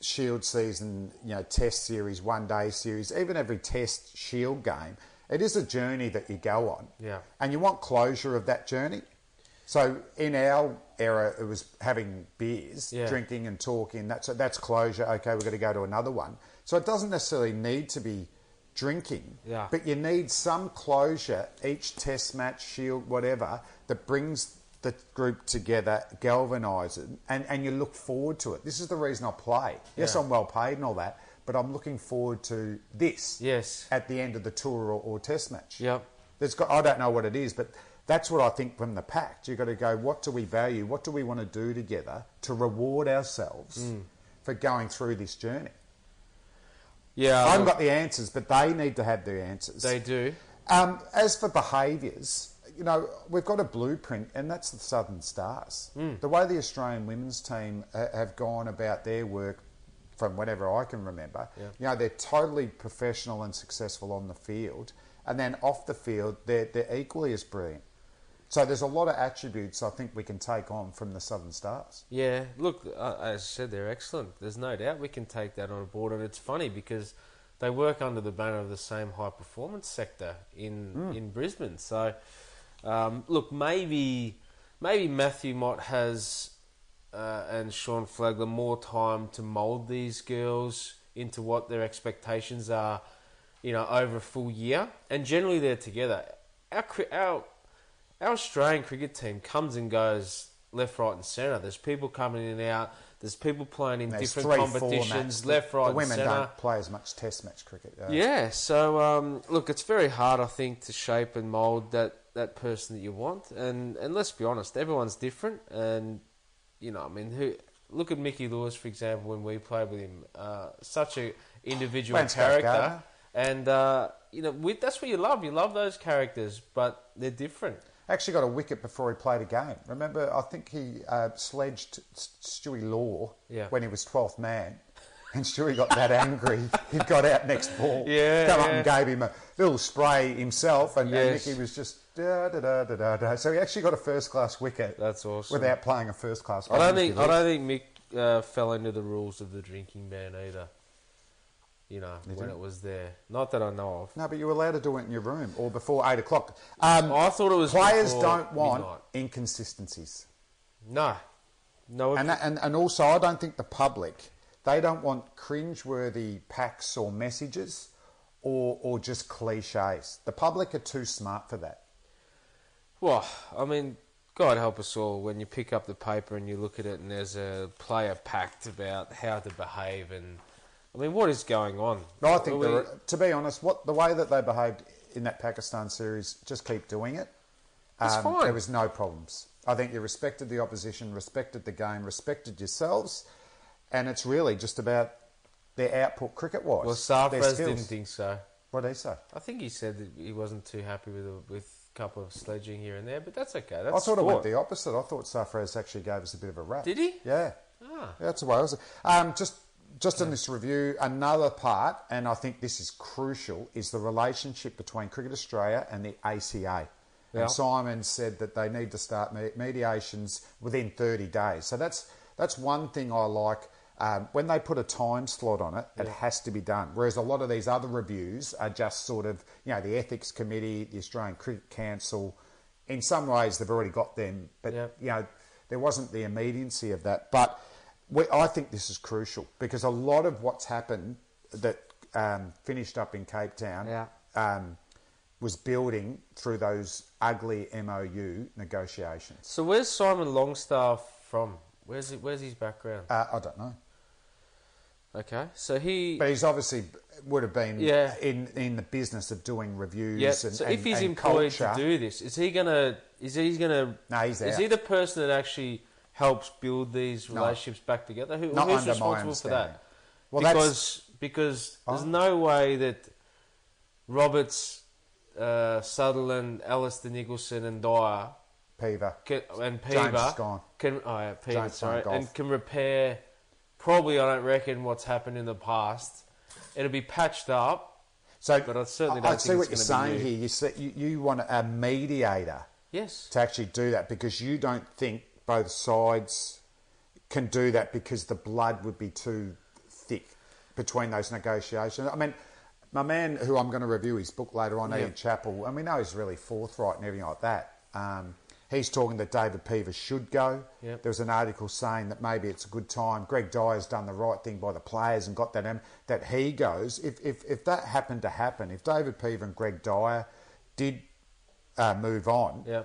[SPEAKER 1] Shield season, you know, Test series, One Day series, even every Test Shield game, it is a journey that you go on.
[SPEAKER 2] Yeah.
[SPEAKER 1] and you want closure of that journey. So in our era, it was having beers,
[SPEAKER 2] Yeah.
[SPEAKER 1] drinking and talking. That's that's closure. Okay, we're going to go to another one. So it doesn't necessarily need to be drinking.
[SPEAKER 2] Yeah.
[SPEAKER 1] But you need some closure each test match, shield, whatever, that brings the group together, galvanises it, and, and you look forward to it. This is the reason I play. Yes,
[SPEAKER 2] Yeah.
[SPEAKER 1] I'm well paid and all that, but I'm looking forward to this.
[SPEAKER 2] Yes.
[SPEAKER 1] At the end of the tour or, or test match.
[SPEAKER 2] Yep.
[SPEAKER 1] There's got, I don't know what it is, but that's what I think from the pact. You've got to go, what do we value? What do we want to do together to reward ourselves
[SPEAKER 2] Mm.
[SPEAKER 1] for going through this journey?
[SPEAKER 2] Yeah,
[SPEAKER 1] I haven't
[SPEAKER 2] look,
[SPEAKER 1] got the answers, but they need to have the answers.
[SPEAKER 2] Uh, they do.
[SPEAKER 1] Um, as for behaviours, you know, we've got a blueprint, and that's the Southern Stars.
[SPEAKER 2] Hmm.
[SPEAKER 1] The way the Australian women's team ha- have gone about their work from whenever I can remember, you know, they're totally professional and successful on the field, and then off the field, they're, they're equally as brilliant. So there's a lot of attributes I think we can take on from the Southern Stars.
[SPEAKER 2] Yeah, look, uh, as I said, they're excellent. There's no doubt we can take that on board, and it's funny because they work under the banner of the same high performance sector in in Brisbane. So, um, look, maybe maybe Matthew Mott has uh, and Sean Flagler more time to mould these girls into what their expectations are, you know, over a full year, and generally they're together. Our cri- our our Australian cricket team comes and goes left, right, and centre. There's people coming in and out. There's people playing in
[SPEAKER 1] There's
[SPEAKER 2] different
[SPEAKER 1] three
[SPEAKER 2] competitions,
[SPEAKER 1] formats.
[SPEAKER 2] left, right,
[SPEAKER 1] The women
[SPEAKER 2] and centre.
[SPEAKER 1] don't play as much Test match cricket. uh,
[SPEAKER 2] Yeah, so um, look, it's very hard, I think, to shape and mould that, that person that you want. And, and let's be honest, everyone's different. And, you know, I mean, who look at Mickey Lewis, for example, when we played with him. Uh, such a individual
[SPEAKER 1] Lance
[SPEAKER 2] character.
[SPEAKER 1] Baumgartner.
[SPEAKER 2] And, uh, you know, we, that's what you love. You love those characters, but they're different.
[SPEAKER 1] Actually, got a wicket before he played a game. Remember, I think he uh, sledged S- Stewie Law
[SPEAKER 2] Yeah.
[SPEAKER 1] when he was 12th man. And Stewie got that angry, he got out next ball.
[SPEAKER 2] Yeah,
[SPEAKER 1] Come up
[SPEAKER 2] yeah.
[SPEAKER 1] and gave him a little spray himself, and, and
[SPEAKER 2] Yes.
[SPEAKER 1] Nicky was just da da da da da da. So he actually got a first class wicket.
[SPEAKER 2] That's awesome.
[SPEAKER 1] Without playing a first class
[SPEAKER 2] I don't think I don't think Mick uh, fell into the rules of the drinking ban either. You know, when it was there. Not that I know of.
[SPEAKER 1] No, but you're allowed to do it in your room or before 8 o'clock. Um,
[SPEAKER 2] I thought it was
[SPEAKER 1] Players
[SPEAKER 2] before
[SPEAKER 1] don't want
[SPEAKER 2] midnight.
[SPEAKER 1] inconsistencies.
[SPEAKER 2] No. No,
[SPEAKER 1] And, that, and and also, I don't think the public they don't want cringeworthy packs or messages, or or just cliches. The public are too smart for that.
[SPEAKER 2] Well, I mean, God help us all when you pick up the paper and you look at it and there's a player pact about how to behave and I mean, what is going on?
[SPEAKER 1] I think,
[SPEAKER 2] Are we-
[SPEAKER 1] the- to be honest, what the way that they behaved in that Pakistan series, just keep doing it. Um,
[SPEAKER 2] It's fine.
[SPEAKER 1] There was no problems. I think you respected the opposition, respected the game, respected yourselves, and it's really just about their output cricket-wise.
[SPEAKER 2] well,
[SPEAKER 1] their
[SPEAKER 2] Sarfraz
[SPEAKER 1] skills.
[SPEAKER 2] didn't think so.
[SPEAKER 1] What did he say?
[SPEAKER 2] I think he said that he wasn't too happy with a with a couple of sledging here and there, but that's okay. That's
[SPEAKER 1] I thought it
[SPEAKER 2] sport.
[SPEAKER 1] went the opposite. I thought Safraz actually gave us a bit of a rap.
[SPEAKER 2] Did he?
[SPEAKER 1] Yeah.
[SPEAKER 2] Ah.
[SPEAKER 1] Yeah, that's the way I was. Um, just just in this review, another part, and I think this is crucial, is the relationship between Cricket Australia and the ACA.
[SPEAKER 2] Yeah.
[SPEAKER 1] And Simon said that they need to start me- mediations within 30 days. So that's that's one thing I like. Um, when they put a time slot on it, it has to be done. Whereas a lot of these other reviews are just sort of, you know, the Ethics Committee, the Australian Cricket Council. In some ways, they've already got them, but
[SPEAKER 2] Yeah.
[SPEAKER 1] you know, there wasn't the immediacy of that. But we, I think this is crucial because a lot of what's happened that um, finished up in Cape Town
[SPEAKER 2] Yeah.
[SPEAKER 1] um, was building through those ugly MOU negotiations.
[SPEAKER 2] So where's Simon Longstaff from? Where's he, where's his background?
[SPEAKER 1] Uh, I don't know,
[SPEAKER 2] okay, so he
[SPEAKER 1] but he's obviously would have been
[SPEAKER 2] Yeah.
[SPEAKER 1] in in the business of doing reviews.
[SPEAKER 2] Yeah.
[SPEAKER 1] and,
[SPEAKER 2] so
[SPEAKER 1] and-
[SPEAKER 2] if he's
[SPEAKER 1] and
[SPEAKER 2] employed
[SPEAKER 1] culture.
[SPEAKER 2] to do this, is he gonna? Is he gonna?
[SPEAKER 1] No, he's
[SPEAKER 2] Is
[SPEAKER 1] out.
[SPEAKER 2] he the person that actually helps build these relationships back together? Who,
[SPEAKER 1] Not
[SPEAKER 2] who's
[SPEAKER 1] under my
[SPEAKER 2] responsible for that?
[SPEAKER 1] understanding. Well, that's-
[SPEAKER 2] because because there's no way that Roberts, uh, Sutherland, Alistair Nicholson, and Dyer
[SPEAKER 1] Peaver.
[SPEAKER 2] can, and
[SPEAKER 1] James
[SPEAKER 2] Peaver
[SPEAKER 1] is gone.
[SPEAKER 2] can oh yeah, Peaver,
[SPEAKER 1] James
[SPEAKER 2] sorry,
[SPEAKER 1] gone golf.
[SPEAKER 2] and can repair. Probably, I don't reckon what's happened in the past. It'll be patched up.
[SPEAKER 1] So,
[SPEAKER 2] But I certainly don't
[SPEAKER 1] see
[SPEAKER 2] think
[SPEAKER 1] what
[SPEAKER 2] it's
[SPEAKER 1] you're
[SPEAKER 2] gonna be
[SPEAKER 1] saying
[SPEAKER 2] you.
[SPEAKER 1] here. You, see, you you want a mediator
[SPEAKER 2] Yes.
[SPEAKER 1] to actually do that because you don't think both sides can do that because the blood would be too thick between those negotiations. I mean, my man, who I'm going to review his book later on, Ian Chappell, and we know he's really forthright and everything like that. Um, He's talking that David Peaver should go.
[SPEAKER 2] Yep.
[SPEAKER 1] There was an article saying that maybe it's a good time. Greg Dyer's done the right thing by the players and got that em- that he goes. If, if if that happened to happen, if David Peaver and Greg Dyer did uh, move on,
[SPEAKER 2] Yeah.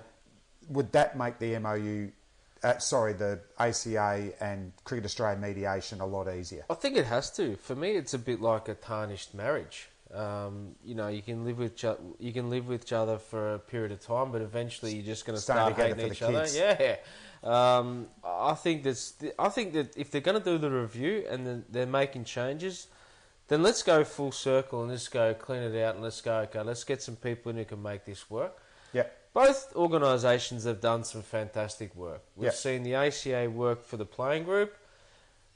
[SPEAKER 1] would that make the MOU, uh, sorry, the ACA and Cricket Australia mediation a lot easier?
[SPEAKER 2] I think it has to. For me, it's a bit like a tarnished marriage. Um, you know, you can live with each oth- you can live with each other for a period of time, but eventually you're just going to
[SPEAKER 1] Staying
[SPEAKER 2] start
[SPEAKER 1] together
[SPEAKER 2] hating
[SPEAKER 1] for
[SPEAKER 2] each
[SPEAKER 1] the
[SPEAKER 2] other.
[SPEAKER 1] kids.
[SPEAKER 2] Yeah. Um, I think that's. I think that if they're going to do the review and then they're making changes, then let's go full circle and let's go clean it out and let's go. Okay, let's get some people in who can make this work.
[SPEAKER 1] Yep.
[SPEAKER 2] Both organisations have done some fantastic work. We've
[SPEAKER 1] Yeah.
[SPEAKER 2] seen the ACA work for the playing group,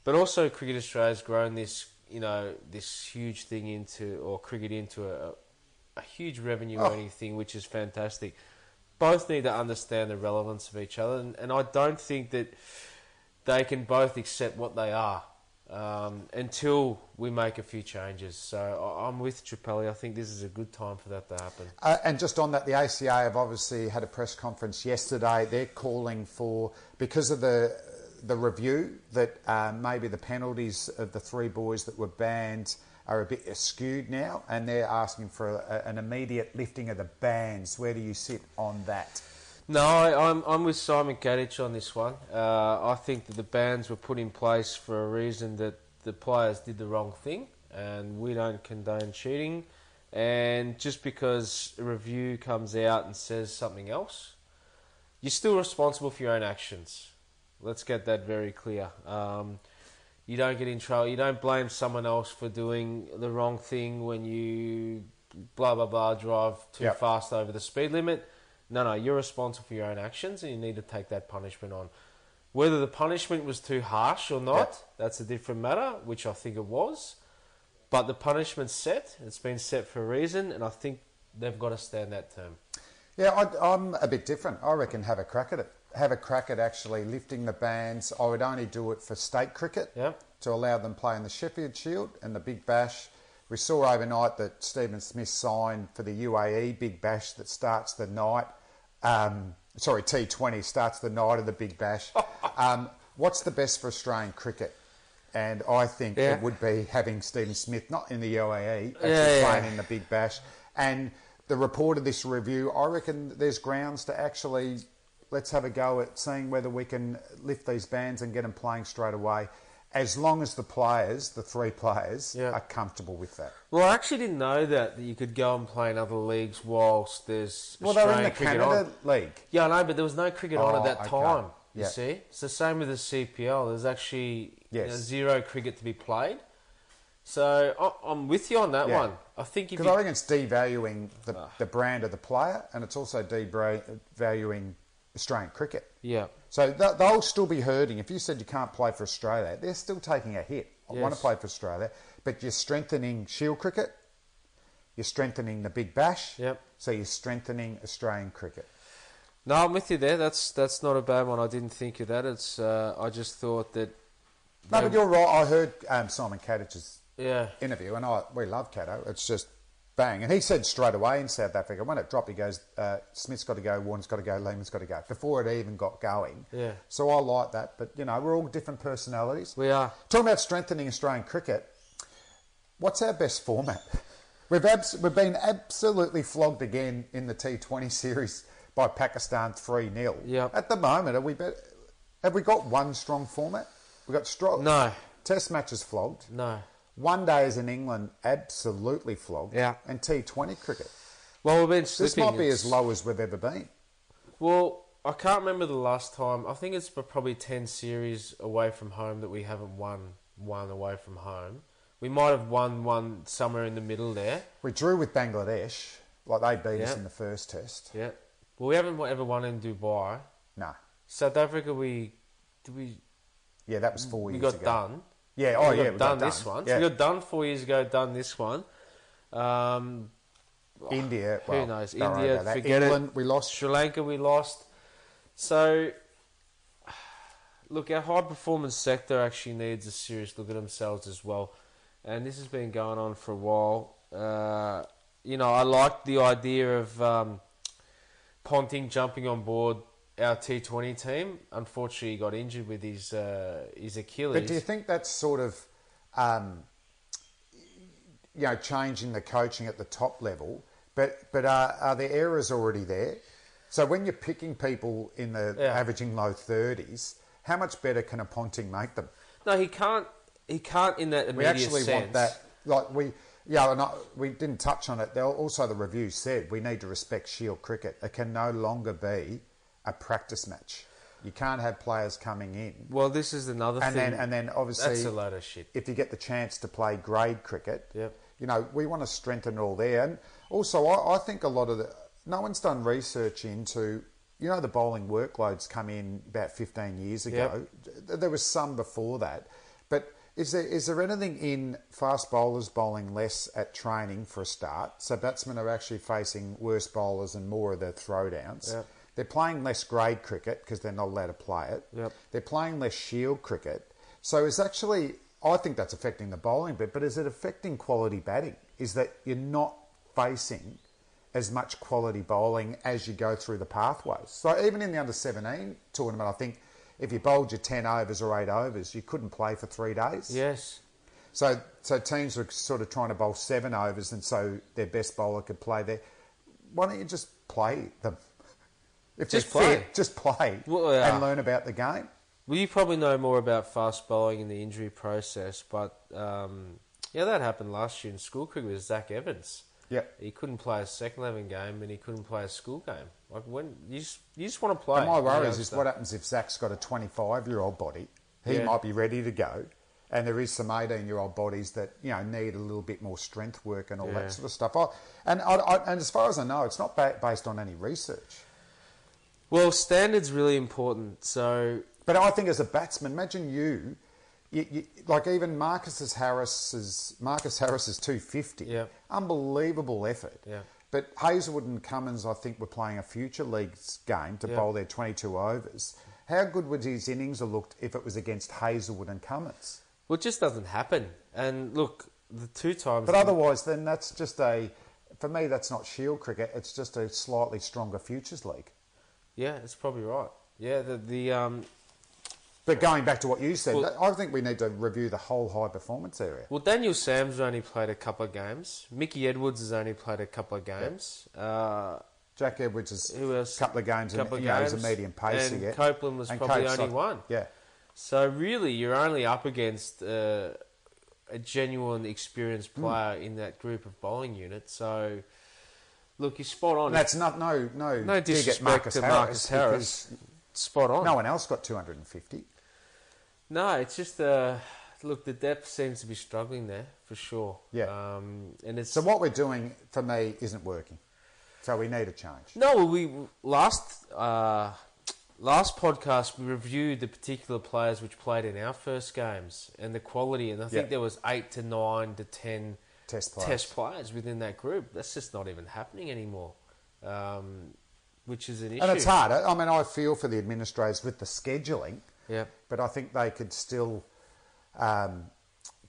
[SPEAKER 2] but also Cricket Australia's grown this, you know, this huge thing into or cricket into a, a huge revenue earning thing, which is fantastic. Both need to understand the relevance of each other, and, and I don't think that they can both accept what they are um, until we make a few changes. So I, I'm with Trapelli. I think this is a good time for that to happen.
[SPEAKER 1] Uh, and just on that, the ACA have obviously had a press conference yesterday. They're calling for because of the the review that uh, maybe the penalties of the three boys that were banned are a bit skewed now, and they're asking for a, an immediate lifting of the bans. Where do you sit on that?
[SPEAKER 2] No, I, I'm I'm with Simon Gadich on this one. Uh, I think that the bans were put in place for a reason that the players did the wrong thing, and we don't condone cheating. And just because a review comes out and says something else, you're still responsible for your own actions. Let's get that very clear. Um, you don't get in trouble. You don't blame someone else for doing the wrong thing when you blah blah blah drive too
[SPEAKER 1] Yep.
[SPEAKER 2] fast over the speed limit. No, no, you're responsible for your own actions, and you need to take that punishment on. Whether the punishment was too harsh or not, that's a different matter, which I think it was. But the punishment's set; it's been set for a reason, and I think they've got to stand that term.
[SPEAKER 1] Yeah, I, I'm a bit different. I reckon have a crack at it. Have a crack at actually lifting the bans. I would only do it for state cricket
[SPEAKER 2] Yeah.
[SPEAKER 1] to allow them play in the Sheffield Shield and the Big Bash. We saw overnight that Stephen Smith signed for the UAE Big Bash that starts the night. Um, sorry, T20 starts the night of the Big Bash. um, what's the best for Australian cricket? And I think
[SPEAKER 2] Yeah.
[SPEAKER 1] it would be having Stephen Smith not in the UAE, actually
[SPEAKER 2] Yeah, yeah.
[SPEAKER 1] playing in the Big Bash. And the report of this review, I reckon there's grounds to actually let's have a go at seeing whether we can lift these bans and get them playing straight away, as long as the players, the three players,
[SPEAKER 2] Yeah.
[SPEAKER 1] are comfortable with that.
[SPEAKER 2] Well, I actually didn't know that, that you could go and play in other leagues whilst there's
[SPEAKER 1] Well,
[SPEAKER 2] Australian
[SPEAKER 1] they're in the
[SPEAKER 2] cricket
[SPEAKER 1] Canada
[SPEAKER 2] on.
[SPEAKER 1] League.
[SPEAKER 2] Yeah, I know, but there was no cricket on
[SPEAKER 1] Oh,
[SPEAKER 2] at that
[SPEAKER 1] okay.
[SPEAKER 2] time. You
[SPEAKER 1] Yeah.
[SPEAKER 2] see, it's the same with the CPL. There's actually you know,
[SPEAKER 1] Yes.
[SPEAKER 2] zero cricket to be played. So I, I'm with you on that
[SPEAKER 1] Yeah.
[SPEAKER 2] one. I think if
[SPEAKER 1] Because
[SPEAKER 2] you,
[SPEAKER 1] I think it's devaluing the, the brand of the player, and it's also devaluing Australian cricket.
[SPEAKER 2] yeah,
[SPEAKER 1] So th- they'll still be hurting. If you said you can't play for Australia, they're still taking a hit. I want
[SPEAKER 2] Yes.
[SPEAKER 1] to play for Australia, but you're strengthening Shield cricket. You're strengthening the Big Bash.
[SPEAKER 2] Yep.
[SPEAKER 1] So you're strengthening Australian cricket.
[SPEAKER 2] no, I'm with you there. That's that's not a bad one. I didn't think of that. It's uh, I just thought that
[SPEAKER 1] No, but you're right. I heard um, Simon Kadich's
[SPEAKER 2] yeah,
[SPEAKER 1] interview, and I we love Caddo. It's just bang. And he said straight away in South Africa when it dropped, he goes, uh, "Smith's got to go, Warner's got to go, Lehman's got to go." Before it even got going.
[SPEAKER 2] Yeah.
[SPEAKER 1] So I like that, but you know we're all different personalities.
[SPEAKER 2] We are.
[SPEAKER 1] talking about strengthening Australian cricket. What's our best format? We've abs- we've been absolutely flogged again in the T Twenty series by Pakistan three 0
[SPEAKER 2] Yep.
[SPEAKER 1] At the moment, are we bet- have we got one strong format? We have got strong.
[SPEAKER 2] No.
[SPEAKER 1] Test matches flogged.
[SPEAKER 2] no.
[SPEAKER 1] One day is in England, absolutely flogged.
[SPEAKER 2] Yeah.
[SPEAKER 1] And T20 cricket.
[SPEAKER 2] Well, we've been
[SPEAKER 1] This
[SPEAKER 2] slipping.
[SPEAKER 1] might be
[SPEAKER 2] It's-
[SPEAKER 1] as low as we've ever been.
[SPEAKER 2] Well, I can't remember the last time. I think it's probably 10 series away from home that we haven't won one away from home. We might have won one somewhere in the middle there.
[SPEAKER 1] We drew with Bangladesh, like they beat
[SPEAKER 2] Yeah.
[SPEAKER 1] us in the first test.
[SPEAKER 2] Yeah. Well, we haven't ever won in Dubai.
[SPEAKER 1] No.
[SPEAKER 2] South Africa, we did we
[SPEAKER 1] Yeah, that was four
[SPEAKER 2] we
[SPEAKER 1] years
[SPEAKER 2] got
[SPEAKER 1] ago.
[SPEAKER 2] done.
[SPEAKER 1] Yeah, oh
[SPEAKER 2] we
[SPEAKER 1] yeah,
[SPEAKER 2] got, done, this one.
[SPEAKER 1] Yeah.
[SPEAKER 2] So we got done four years ago. Done this one. Um,
[SPEAKER 1] India.
[SPEAKER 2] Who
[SPEAKER 1] well,
[SPEAKER 2] knows?
[SPEAKER 1] don't worry
[SPEAKER 2] India,
[SPEAKER 1] about that.
[SPEAKER 2] forget
[SPEAKER 1] England,
[SPEAKER 2] it.
[SPEAKER 1] we lost.
[SPEAKER 2] Sri Lanka, we lost. So, look, our high performance sector actually needs a serious look at themselves as well. And this has been going on for a while. Uh, you know, I like the idea of um, Ponting jumping on board our T20 team unfortunately got injured with his uh, his Achilles.
[SPEAKER 1] But do you think that's sort of, um, you know, changing the coaching at the top level? But but are, are the errors already there? So when you're picking people in the
[SPEAKER 2] Yeah.
[SPEAKER 1] averaging low thirties, how much better can a Ponting make them?
[SPEAKER 2] no, he can't. He can't in that immediate
[SPEAKER 1] We actually want
[SPEAKER 2] sense.
[SPEAKER 1] that. Like we, yeah, and I, we didn't touch on it. There, also, the review said we need to respect Shield cricket. It can no longer be a practice match. You can't have players coming in
[SPEAKER 2] Well, this is another
[SPEAKER 1] and
[SPEAKER 2] thing.
[SPEAKER 1] then and then obviously
[SPEAKER 2] that's a load of shit.
[SPEAKER 1] If you get the chance to play grade cricket,
[SPEAKER 2] Yep.
[SPEAKER 1] you know we want to strengthen it all there. And also, I, I think a lot of the no one's done research into you know the bowling workloads come in about fifteen years ago. Th- There was some before that, but. Is there, is there anything in fast bowlers bowling less at training for a start? So batsmen are actually facing worse bowlers and more of their throwdowns.
[SPEAKER 2] Yep.
[SPEAKER 1] They're playing less grade cricket because they're not allowed to play it.
[SPEAKER 2] Yep.
[SPEAKER 1] They're playing less shield cricket. So it's actually, I think that's affecting the bowling bit, but is it affecting quality batting? Is that you're not facing as much quality bowling as you go through the pathways. So even in the under 17 tournament, I think if you bowled your 10 overs or 8 overs, you couldn't play for three days.
[SPEAKER 2] Yes.
[SPEAKER 1] So, so teams were sort of trying to bowl seven overs, and so their best bowler could play there. Why don't you just play them? If
[SPEAKER 2] Just
[SPEAKER 1] they're fit,
[SPEAKER 2] play.
[SPEAKER 1] just play,
[SPEAKER 2] Well, yeah.
[SPEAKER 1] and learn about the game.
[SPEAKER 2] Well, you probably know more about fast bowling and the injury process, but um, yeah, that happened last year in school cricket with Zach Evans.
[SPEAKER 1] Yep.
[SPEAKER 2] He couldn't play a second eleven game, and he couldn't play a school game. Like when you just, you just want to play.
[SPEAKER 1] And my
[SPEAKER 2] you
[SPEAKER 1] worry
[SPEAKER 2] know,
[SPEAKER 1] is, is
[SPEAKER 2] so-
[SPEAKER 1] what happens if Zach's got a 25 year old body? He
[SPEAKER 2] Yeah.
[SPEAKER 1] might be ready to go. And there is some 18 year old bodies that you know need a little bit more strength work and all
[SPEAKER 2] Yeah.
[SPEAKER 1] that sort of stuff. I, and I, I, and as far as I know, it's not ba- based on any research.
[SPEAKER 2] Well, standards really important. So
[SPEAKER 1] But I think as a batsman, imagine you, you, you like even Marcus's Harris's Marcus Harris's two fifty,
[SPEAKER 2] Yep.
[SPEAKER 1] unbelievable effort.
[SPEAKER 2] Yeah.
[SPEAKER 1] But Hazelwood and Cummins, I think, were playing a future leagues game to
[SPEAKER 2] Yeah.
[SPEAKER 1] bowl their twenty two overs. How good would his innings have looked if it was against Hazelwood and Cummins?
[SPEAKER 2] well, it just doesn't happen. And look, the two times.
[SPEAKER 1] But otherwise, then that's just a, for me, that's not Shield cricket. It's just a slightly stronger futures league.
[SPEAKER 2] yeah, it's probably right. Yeah, the the um,
[SPEAKER 1] But going back to what you said,
[SPEAKER 2] Well-
[SPEAKER 1] I think we need to review the whole high performance area.
[SPEAKER 2] Well, Daniel Sam's only played a couple of games. Mickey Edwards has only played a couple of games. Uh,
[SPEAKER 1] Jack Edwards is
[SPEAKER 2] Who else?
[SPEAKER 1] a couple of games, and,
[SPEAKER 2] Couple of
[SPEAKER 1] you know, he's a
[SPEAKER 2] games.
[SPEAKER 1] medium pacer.
[SPEAKER 2] And
[SPEAKER 1] yeah.
[SPEAKER 2] Copeland was probably
[SPEAKER 1] Cope's
[SPEAKER 2] only
[SPEAKER 1] like-
[SPEAKER 2] one.
[SPEAKER 1] Yeah,
[SPEAKER 2] so really, you're only up against uh, a genuine, experienced
[SPEAKER 1] Hmm.
[SPEAKER 2] player in that group of bowling unit. So, look, you're spot on.
[SPEAKER 1] and that's not no no dig
[SPEAKER 2] no
[SPEAKER 1] at
[SPEAKER 2] disrespect
[SPEAKER 1] Marcus
[SPEAKER 2] to
[SPEAKER 1] Harris
[SPEAKER 2] Marcus Harris. Spot on.
[SPEAKER 1] because No one else got 250.
[SPEAKER 2] No, it's just uh, look. The depth seems to be struggling there for sure.
[SPEAKER 1] Yeah.
[SPEAKER 2] Um, and it's
[SPEAKER 1] So what we're doing for me isn't working. So we need a change.
[SPEAKER 2] No, well, we last uh, last podcast we reviewed the particular players which played in our first games and the quality, and I think
[SPEAKER 1] Yeah.
[SPEAKER 2] there was eight to nine to ten
[SPEAKER 1] Test players.
[SPEAKER 2] test players within that group. That's just not even happening anymore, um, which is an issue.
[SPEAKER 1] And it's hard. I I mean, I feel for the administrators with the scheduling,
[SPEAKER 2] Yeah.
[SPEAKER 1] but I think they could still um,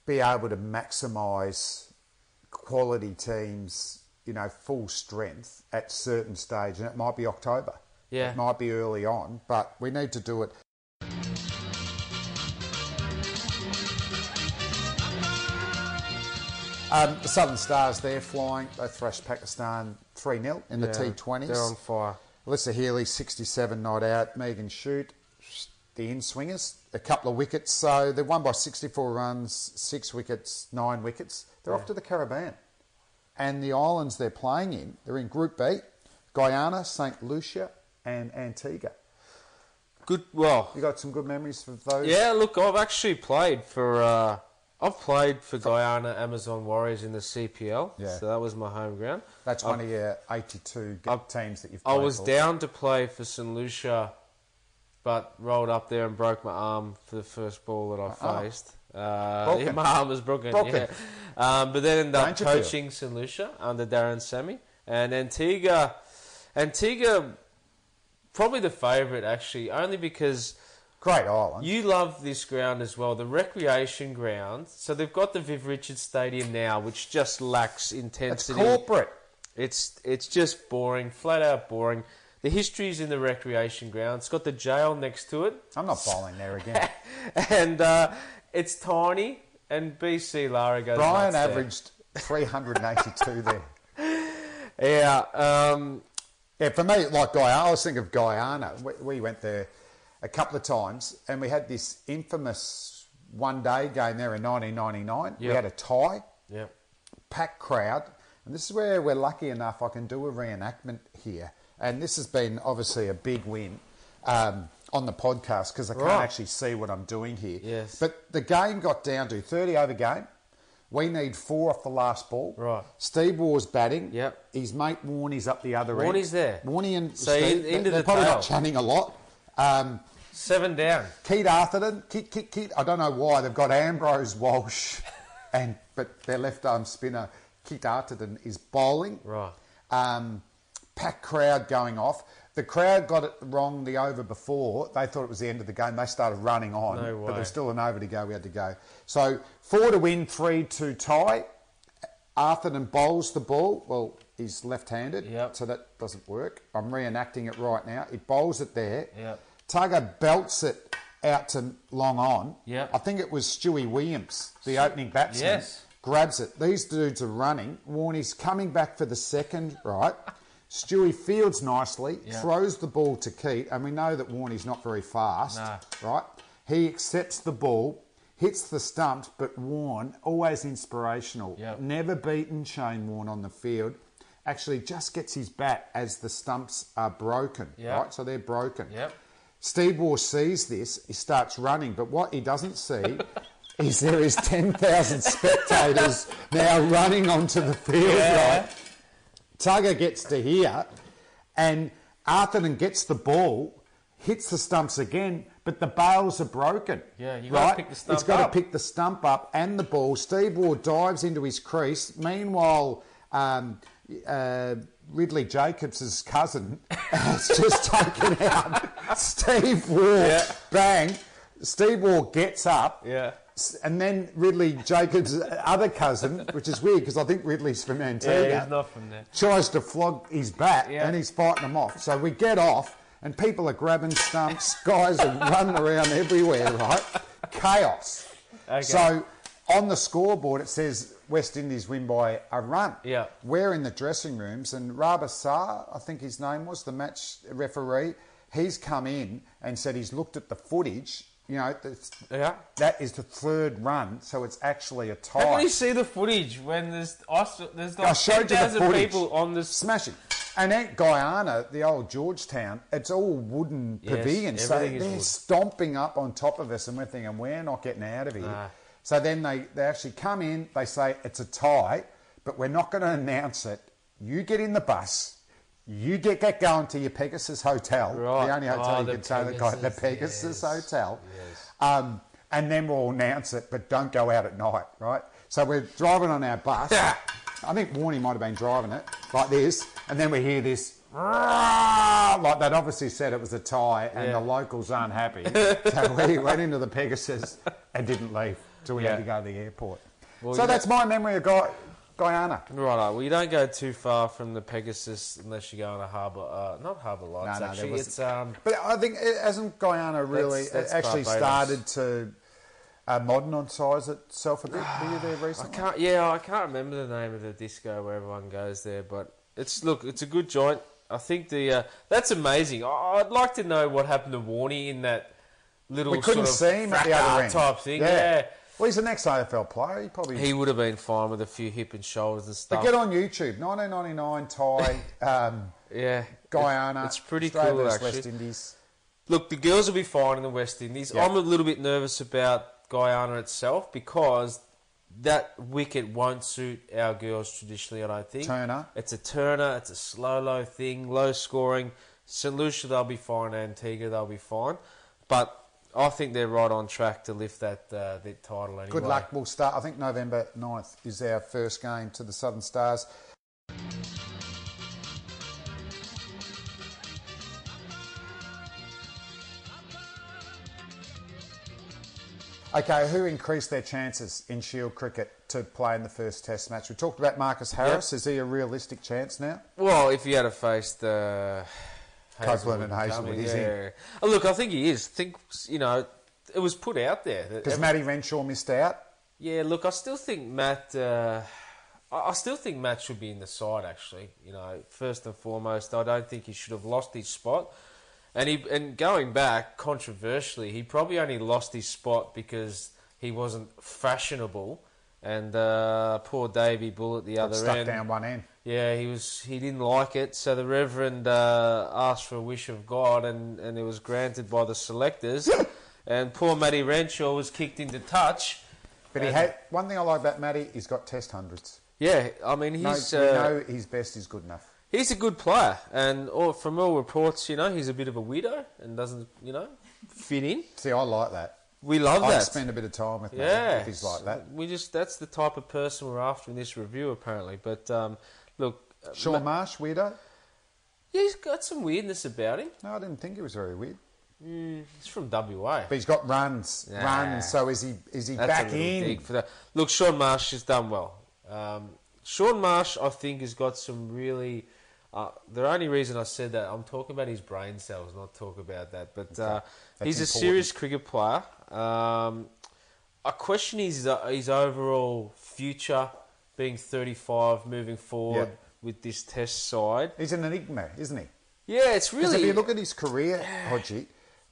[SPEAKER 1] be able to maximise quality teams, you know, full strength at certain stage, and it might be October.
[SPEAKER 2] Yeah.
[SPEAKER 1] It might be early on, but we need to do it. Um, the Southern Stars, they're flying. They thrashed Pakistan 3 0 in the
[SPEAKER 2] Yeah,
[SPEAKER 1] T20s.
[SPEAKER 2] they're on fire.
[SPEAKER 1] Alyssa Healy, 67 not out. Megan Shute, the in swingers, a couple of wickets. So they won by 64 runs, six wickets, nine wickets. They're off to the Caribbean. And the islands they're playing in, they're in Group B Guyana, St. Lucia, and Antigua.
[SPEAKER 2] Good. Well,
[SPEAKER 1] You got some good memories of those?
[SPEAKER 2] Yeah, look, I've actually played for uh, I've played for Guyana Amazon Warriors in the CPL.
[SPEAKER 1] Yeah.
[SPEAKER 2] So that was my home ground.
[SPEAKER 1] That's
[SPEAKER 2] I-
[SPEAKER 1] one of your 82 g-
[SPEAKER 2] I-
[SPEAKER 1] teams that you've
[SPEAKER 2] I
[SPEAKER 1] played
[SPEAKER 2] was
[SPEAKER 1] for.
[SPEAKER 2] down to play for St Lucia, but rolled up there and broke my arm for the first ball that I
[SPEAKER 1] arm.
[SPEAKER 2] faced. Uh,
[SPEAKER 1] Broken.
[SPEAKER 2] yeah, my arm was broken.
[SPEAKER 1] Broken.
[SPEAKER 2] Yeah. Um, but then ended up
[SPEAKER 1] Dangerfield.
[SPEAKER 2] coaching St Lucia under Darren Sammy and Antigua. Antigua, probably the favourite actually, only because.
[SPEAKER 1] Great island.
[SPEAKER 2] You love this ground as well, the recreation ground. So they've got the Viv Richards Stadium now, which just lacks
[SPEAKER 1] it's
[SPEAKER 2] intensity.
[SPEAKER 1] corporate.
[SPEAKER 2] It's it's just boring, flat out boring. The history's in the recreation ground. It's got the jail next to it,
[SPEAKER 1] I'm not bowling there again.
[SPEAKER 2] and uh, it's tiny. And BC Lara goes.
[SPEAKER 1] Brian
[SPEAKER 2] nuts there.
[SPEAKER 1] averaged 382 there. uh,
[SPEAKER 2] Yeah. Um,
[SPEAKER 1] Yeah, for me, like Guyana, I was thinking of Guyana. We, we went there a couple of times and we had this infamous one day game there in 1999. We
[SPEAKER 2] Yep.
[SPEAKER 1] had a tie,
[SPEAKER 2] yeah.
[SPEAKER 1] packed crowd. And this is where we're lucky enough I can do a reenactment here. And this has been obviously a big win um, on the podcast because I can't
[SPEAKER 2] Right.
[SPEAKER 1] actually see what I'm doing here.
[SPEAKER 2] Yes.
[SPEAKER 1] But the game got down to 30 over game. We need four off the last ball.
[SPEAKER 2] Right.
[SPEAKER 1] Steve War's batting.
[SPEAKER 2] Yep.
[SPEAKER 1] His mate Warney's up the other end.
[SPEAKER 2] Warney's there.
[SPEAKER 1] Warney and
[SPEAKER 2] So
[SPEAKER 1] Steve,
[SPEAKER 2] in- into
[SPEAKER 1] they're
[SPEAKER 2] the
[SPEAKER 1] probably
[SPEAKER 2] tail.
[SPEAKER 1] not chatting a lot. Um,
[SPEAKER 2] Seven down.
[SPEAKER 1] Keith Atherton, Keith, Keith, Keith, I don't know why they've got Ambrose Walsh, and but their left arm spinner Keith Atherton is bowling.
[SPEAKER 2] Right.
[SPEAKER 1] Um, packed crowd going off. The crowd got it wrong the over before. They thought it was the end of the game. They started running on,
[SPEAKER 2] No
[SPEAKER 1] but
[SPEAKER 2] way.
[SPEAKER 1] there's still an over to go. We had to go. So four to win, three to tie. Atherton bowls the ball. Well, he's left-handed,
[SPEAKER 2] Yep.
[SPEAKER 1] so that doesn't work. I'm reenacting it right now. He bowls it there.
[SPEAKER 2] Yep.
[SPEAKER 1] Tugger belts it out to long on.
[SPEAKER 2] Yep.
[SPEAKER 1] I think it was Stewie Williams, the opening batsman.
[SPEAKER 2] Yes.
[SPEAKER 1] Grabs it. These dudes are running. Warney's coming back for the second, right? Stewie fields nicely,
[SPEAKER 2] Yep.
[SPEAKER 1] throws the ball to Keat, and we know that Warney's not very fast,
[SPEAKER 2] No.
[SPEAKER 1] right? He accepts the ball, hits the stumps, but Warne, always inspirational,
[SPEAKER 2] Yep.
[SPEAKER 1] never beaten Shane Warne on the field, actually just gets his bat as the stumps are broken,
[SPEAKER 2] Yep.
[SPEAKER 1] right? So they're broken.
[SPEAKER 2] Yep.
[SPEAKER 1] Steve War sees this, he starts running, but what he doesn't see is there is 10,000 spectators now running onto the field, right? Tugger gets to here, and Atherton gets the ball, hits the stumps again, but the bails are broken.
[SPEAKER 2] Yeah, you gotta pick the stump
[SPEAKER 1] It's got
[SPEAKER 2] up.
[SPEAKER 1] to pick the stump up and the ball. Steve War dives into his crease. Meanwhile, um, uh, Ridley Jacobs' cousin has just taken out Steve War. Bang. Steve War gets up.
[SPEAKER 2] Yeah.
[SPEAKER 1] S- And then Ridley Jacobs' other cousin, which is weird because I think Ridley's from Antigua,
[SPEAKER 2] Yeah, he's not from there.
[SPEAKER 1] tries to flog his bat
[SPEAKER 2] Yeah.
[SPEAKER 1] and he's fighting them off. So we get off and people are grabbing stumps, guys are running around everywhere, right? Chaos.
[SPEAKER 2] Okay.
[SPEAKER 1] So on the scoreboard it says West Indies win by a run.
[SPEAKER 2] Yeah.
[SPEAKER 1] We're in the dressing rooms and Rabasar, I think his name was, the match referee, he's come in and said he's looked at the footage. You know, that's,
[SPEAKER 2] Yeah.
[SPEAKER 1] that is the third run, so it's actually a tie.
[SPEAKER 2] How can you see the footage when there's us- there's
[SPEAKER 1] I
[SPEAKER 2] like
[SPEAKER 1] showed you the
[SPEAKER 2] 10,000
[SPEAKER 1] footage.
[SPEAKER 2] people on this?
[SPEAKER 1] Smashing. And at Guyana, the old Georgetown, it's all wooden
[SPEAKER 2] Yes,
[SPEAKER 1] pavilions. So
[SPEAKER 2] everything
[SPEAKER 1] they're
[SPEAKER 2] is wood.
[SPEAKER 1] stomping up on top of us, and we're thinking, we're not getting out of here.
[SPEAKER 2] Ah.
[SPEAKER 1] So then they, they actually come in, they say, it's a tie, but we're not going to announce it. You get in the bus. You get, get going to your Pegasus Hotel,
[SPEAKER 2] Right.
[SPEAKER 1] the only hotel
[SPEAKER 2] Oh,
[SPEAKER 1] you
[SPEAKER 2] the
[SPEAKER 1] can say that got the
[SPEAKER 2] Pegasus,
[SPEAKER 1] Pegasus
[SPEAKER 2] yes.
[SPEAKER 1] Hotel. Um, and then we'll announce it, but don't go out at night, right? So we're driving on our bus. I think Warney might have been driving it like this, and then we hear this. Like that obviously said it was a tie, and the locals aren't happy. so we went into the Pegasus and didn't leave till we
[SPEAKER 2] Yeah.
[SPEAKER 1] had to go to the airport.
[SPEAKER 2] you
[SPEAKER 1] so that's my memory of Guy- Guyana.
[SPEAKER 2] Right, well, you don't go too far from the Pegasus unless you go on a harbour, uh, not harbour lights,
[SPEAKER 1] No, no,
[SPEAKER 2] actually.
[SPEAKER 1] there was-
[SPEAKER 2] it's, um,
[SPEAKER 1] But I think it, hasn't Guyana really
[SPEAKER 2] That's- that's
[SPEAKER 1] it actually
[SPEAKER 2] Barbados.
[SPEAKER 1] started to uh, modernise itself a bit? Were you there recently?
[SPEAKER 2] can't, yeah, I can't remember the name of the disco where everyone goes there, but it's, look, it's a good joint. I think the, uh, that's amazing. I, I'd like to know what happened to Warney in that little
[SPEAKER 1] we couldn't
[SPEAKER 2] sort of
[SPEAKER 1] see him at the other
[SPEAKER 2] fracas
[SPEAKER 1] end.
[SPEAKER 2] type thing. Yeah.
[SPEAKER 1] Well, he's the next AFL player. He probably.
[SPEAKER 2] He would have been fine with a few hip and shoulders and stuff.
[SPEAKER 1] but get on YouTube. 1999 Thai, um,
[SPEAKER 2] yeah.
[SPEAKER 1] Guyana.
[SPEAKER 2] It's pretty
[SPEAKER 1] Australia
[SPEAKER 2] cool,
[SPEAKER 1] versus
[SPEAKER 2] actually.
[SPEAKER 1] West Indies.
[SPEAKER 2] Look, the girls will be fine in the West Indies.
[SPEAKER 1] Yeah.
[SPEAKER 2] I'm a little bit nervous about Guyana itself because that wicket won't suit our girls traditionally, I don't think.
[SPEAKER 1] Turner.
[SPEAKER 2] It's a turner, it's a slow, low thing, low scoring. St. Lucia, they'll be fine. Antigua, they'll be fine. But I think they're right on track to lift that, uh, that title anyway.
[SPEAKER 1] Good luck. We'll start. I think November 9th is our first game to the Southern Stars. Okay, who increased their chances in Shield cricket to play in the first Test match? We talked about Marcus Harris. Is he a realistic chance now?
[SPEAKER 2] Well, if you had a faced uh,
[SPEAKER 1] Copeland and Hazelwood,
[SPEAKER 2] Cumming,
[SPEAKER 1] is he?
[SPEAKER 2] yeah. Oh, Look, I think he is. Think you know, it was put out there. that
[SPEAKER 1] Because Matty Renshaw missed out.
[SPEAKER 2] Yeah, look, I still think Matt. Uh, I I still think Matt should be in the side. Actually, you know, first and foremost, I don't think he should have lost his spot. And he and going back controversially, he probably only lost his spot because he wasn't fashionable. And uh, poor Davy Bull at the other
[SPEAKER 1] stuck
[SPEAKER 2] end.
[SPEAKER 1] down one end.
[SPEAKER 2] Yeah, he was. He didn't like it, so the Reverend uh, asked for a wish of God, and, and it was granted by the selectors. and poor Matty Renshaw was kicked into touch.
[SPEAKER 1] But he
[SPEAKER 2] And-
[SPEAKER 1] had one thing I like about Matty. He's got Test hundreds.
[SPEAKER 2] Yeah, I mean
[SPEAKER 1] No,
[SPEAKER 2] he's
[SPEAKER 1] we
[SPEAKER 2] uh,
[SPEAKER 1] know his best is good enough.
[SPEAKER 2] he's a good player, and all, from all reports, you know, he's a bit of a weirdo and doesn't you know fit in.
[SPEAKER 1] See, I like that.
[SPEAKER 2] We love
[SPEAKER 1] I'd
[SPEAKER 2] that.
[SPEAKER 1] spend a bit of time with Matty
[SPEAKER 2] yeah,
[SPEAKER 1] if he's like that.
[SPEAKER 2] We just that's the type of person we're after in this review, apparently. But um, look, uh,
[SPEAKER 1] Sean Marsh, weirdo.
[SPEAKER 2] yeah, he's got some weirdness about him. Mm,
[SPEAKER 1] No, I didn't think he was very weird.
[SPEAKER 2] He's from WA.
[SPEAKER 1] But he's got runs,
[SPEAKER 2] Yeah.
[SPEAKER 1] runs. So is he? Is he
[SPEAKER 2] That's a
[SPEAKER 1] back
[SPEAKER 2] little
[SPEAKER 1] in?
[SPEAKER 2] dig for that. Look, Sean Marsh has done well. Um, Sean Marsh, I think, has got some really. Uh, the only reason I said that, I'm talking about his brain cells, not talk about that. But uh, he's a
[SPEAKER 1] important.
[SPEAKER 2] serious cricket player. Um, I question his his overall future, being 35, moving forward
[SPEAKER 1] Yeah.
[SPEAKER 2] with this Test side.
[SPEAKER 1] He's an enigma, isn't he?
[SPEAKER 2] Yeah, it's
[SPEAKER 1] Because
[SPEAKER 2] really.
[SPEAKER 1] if you look at his career, Hodgie,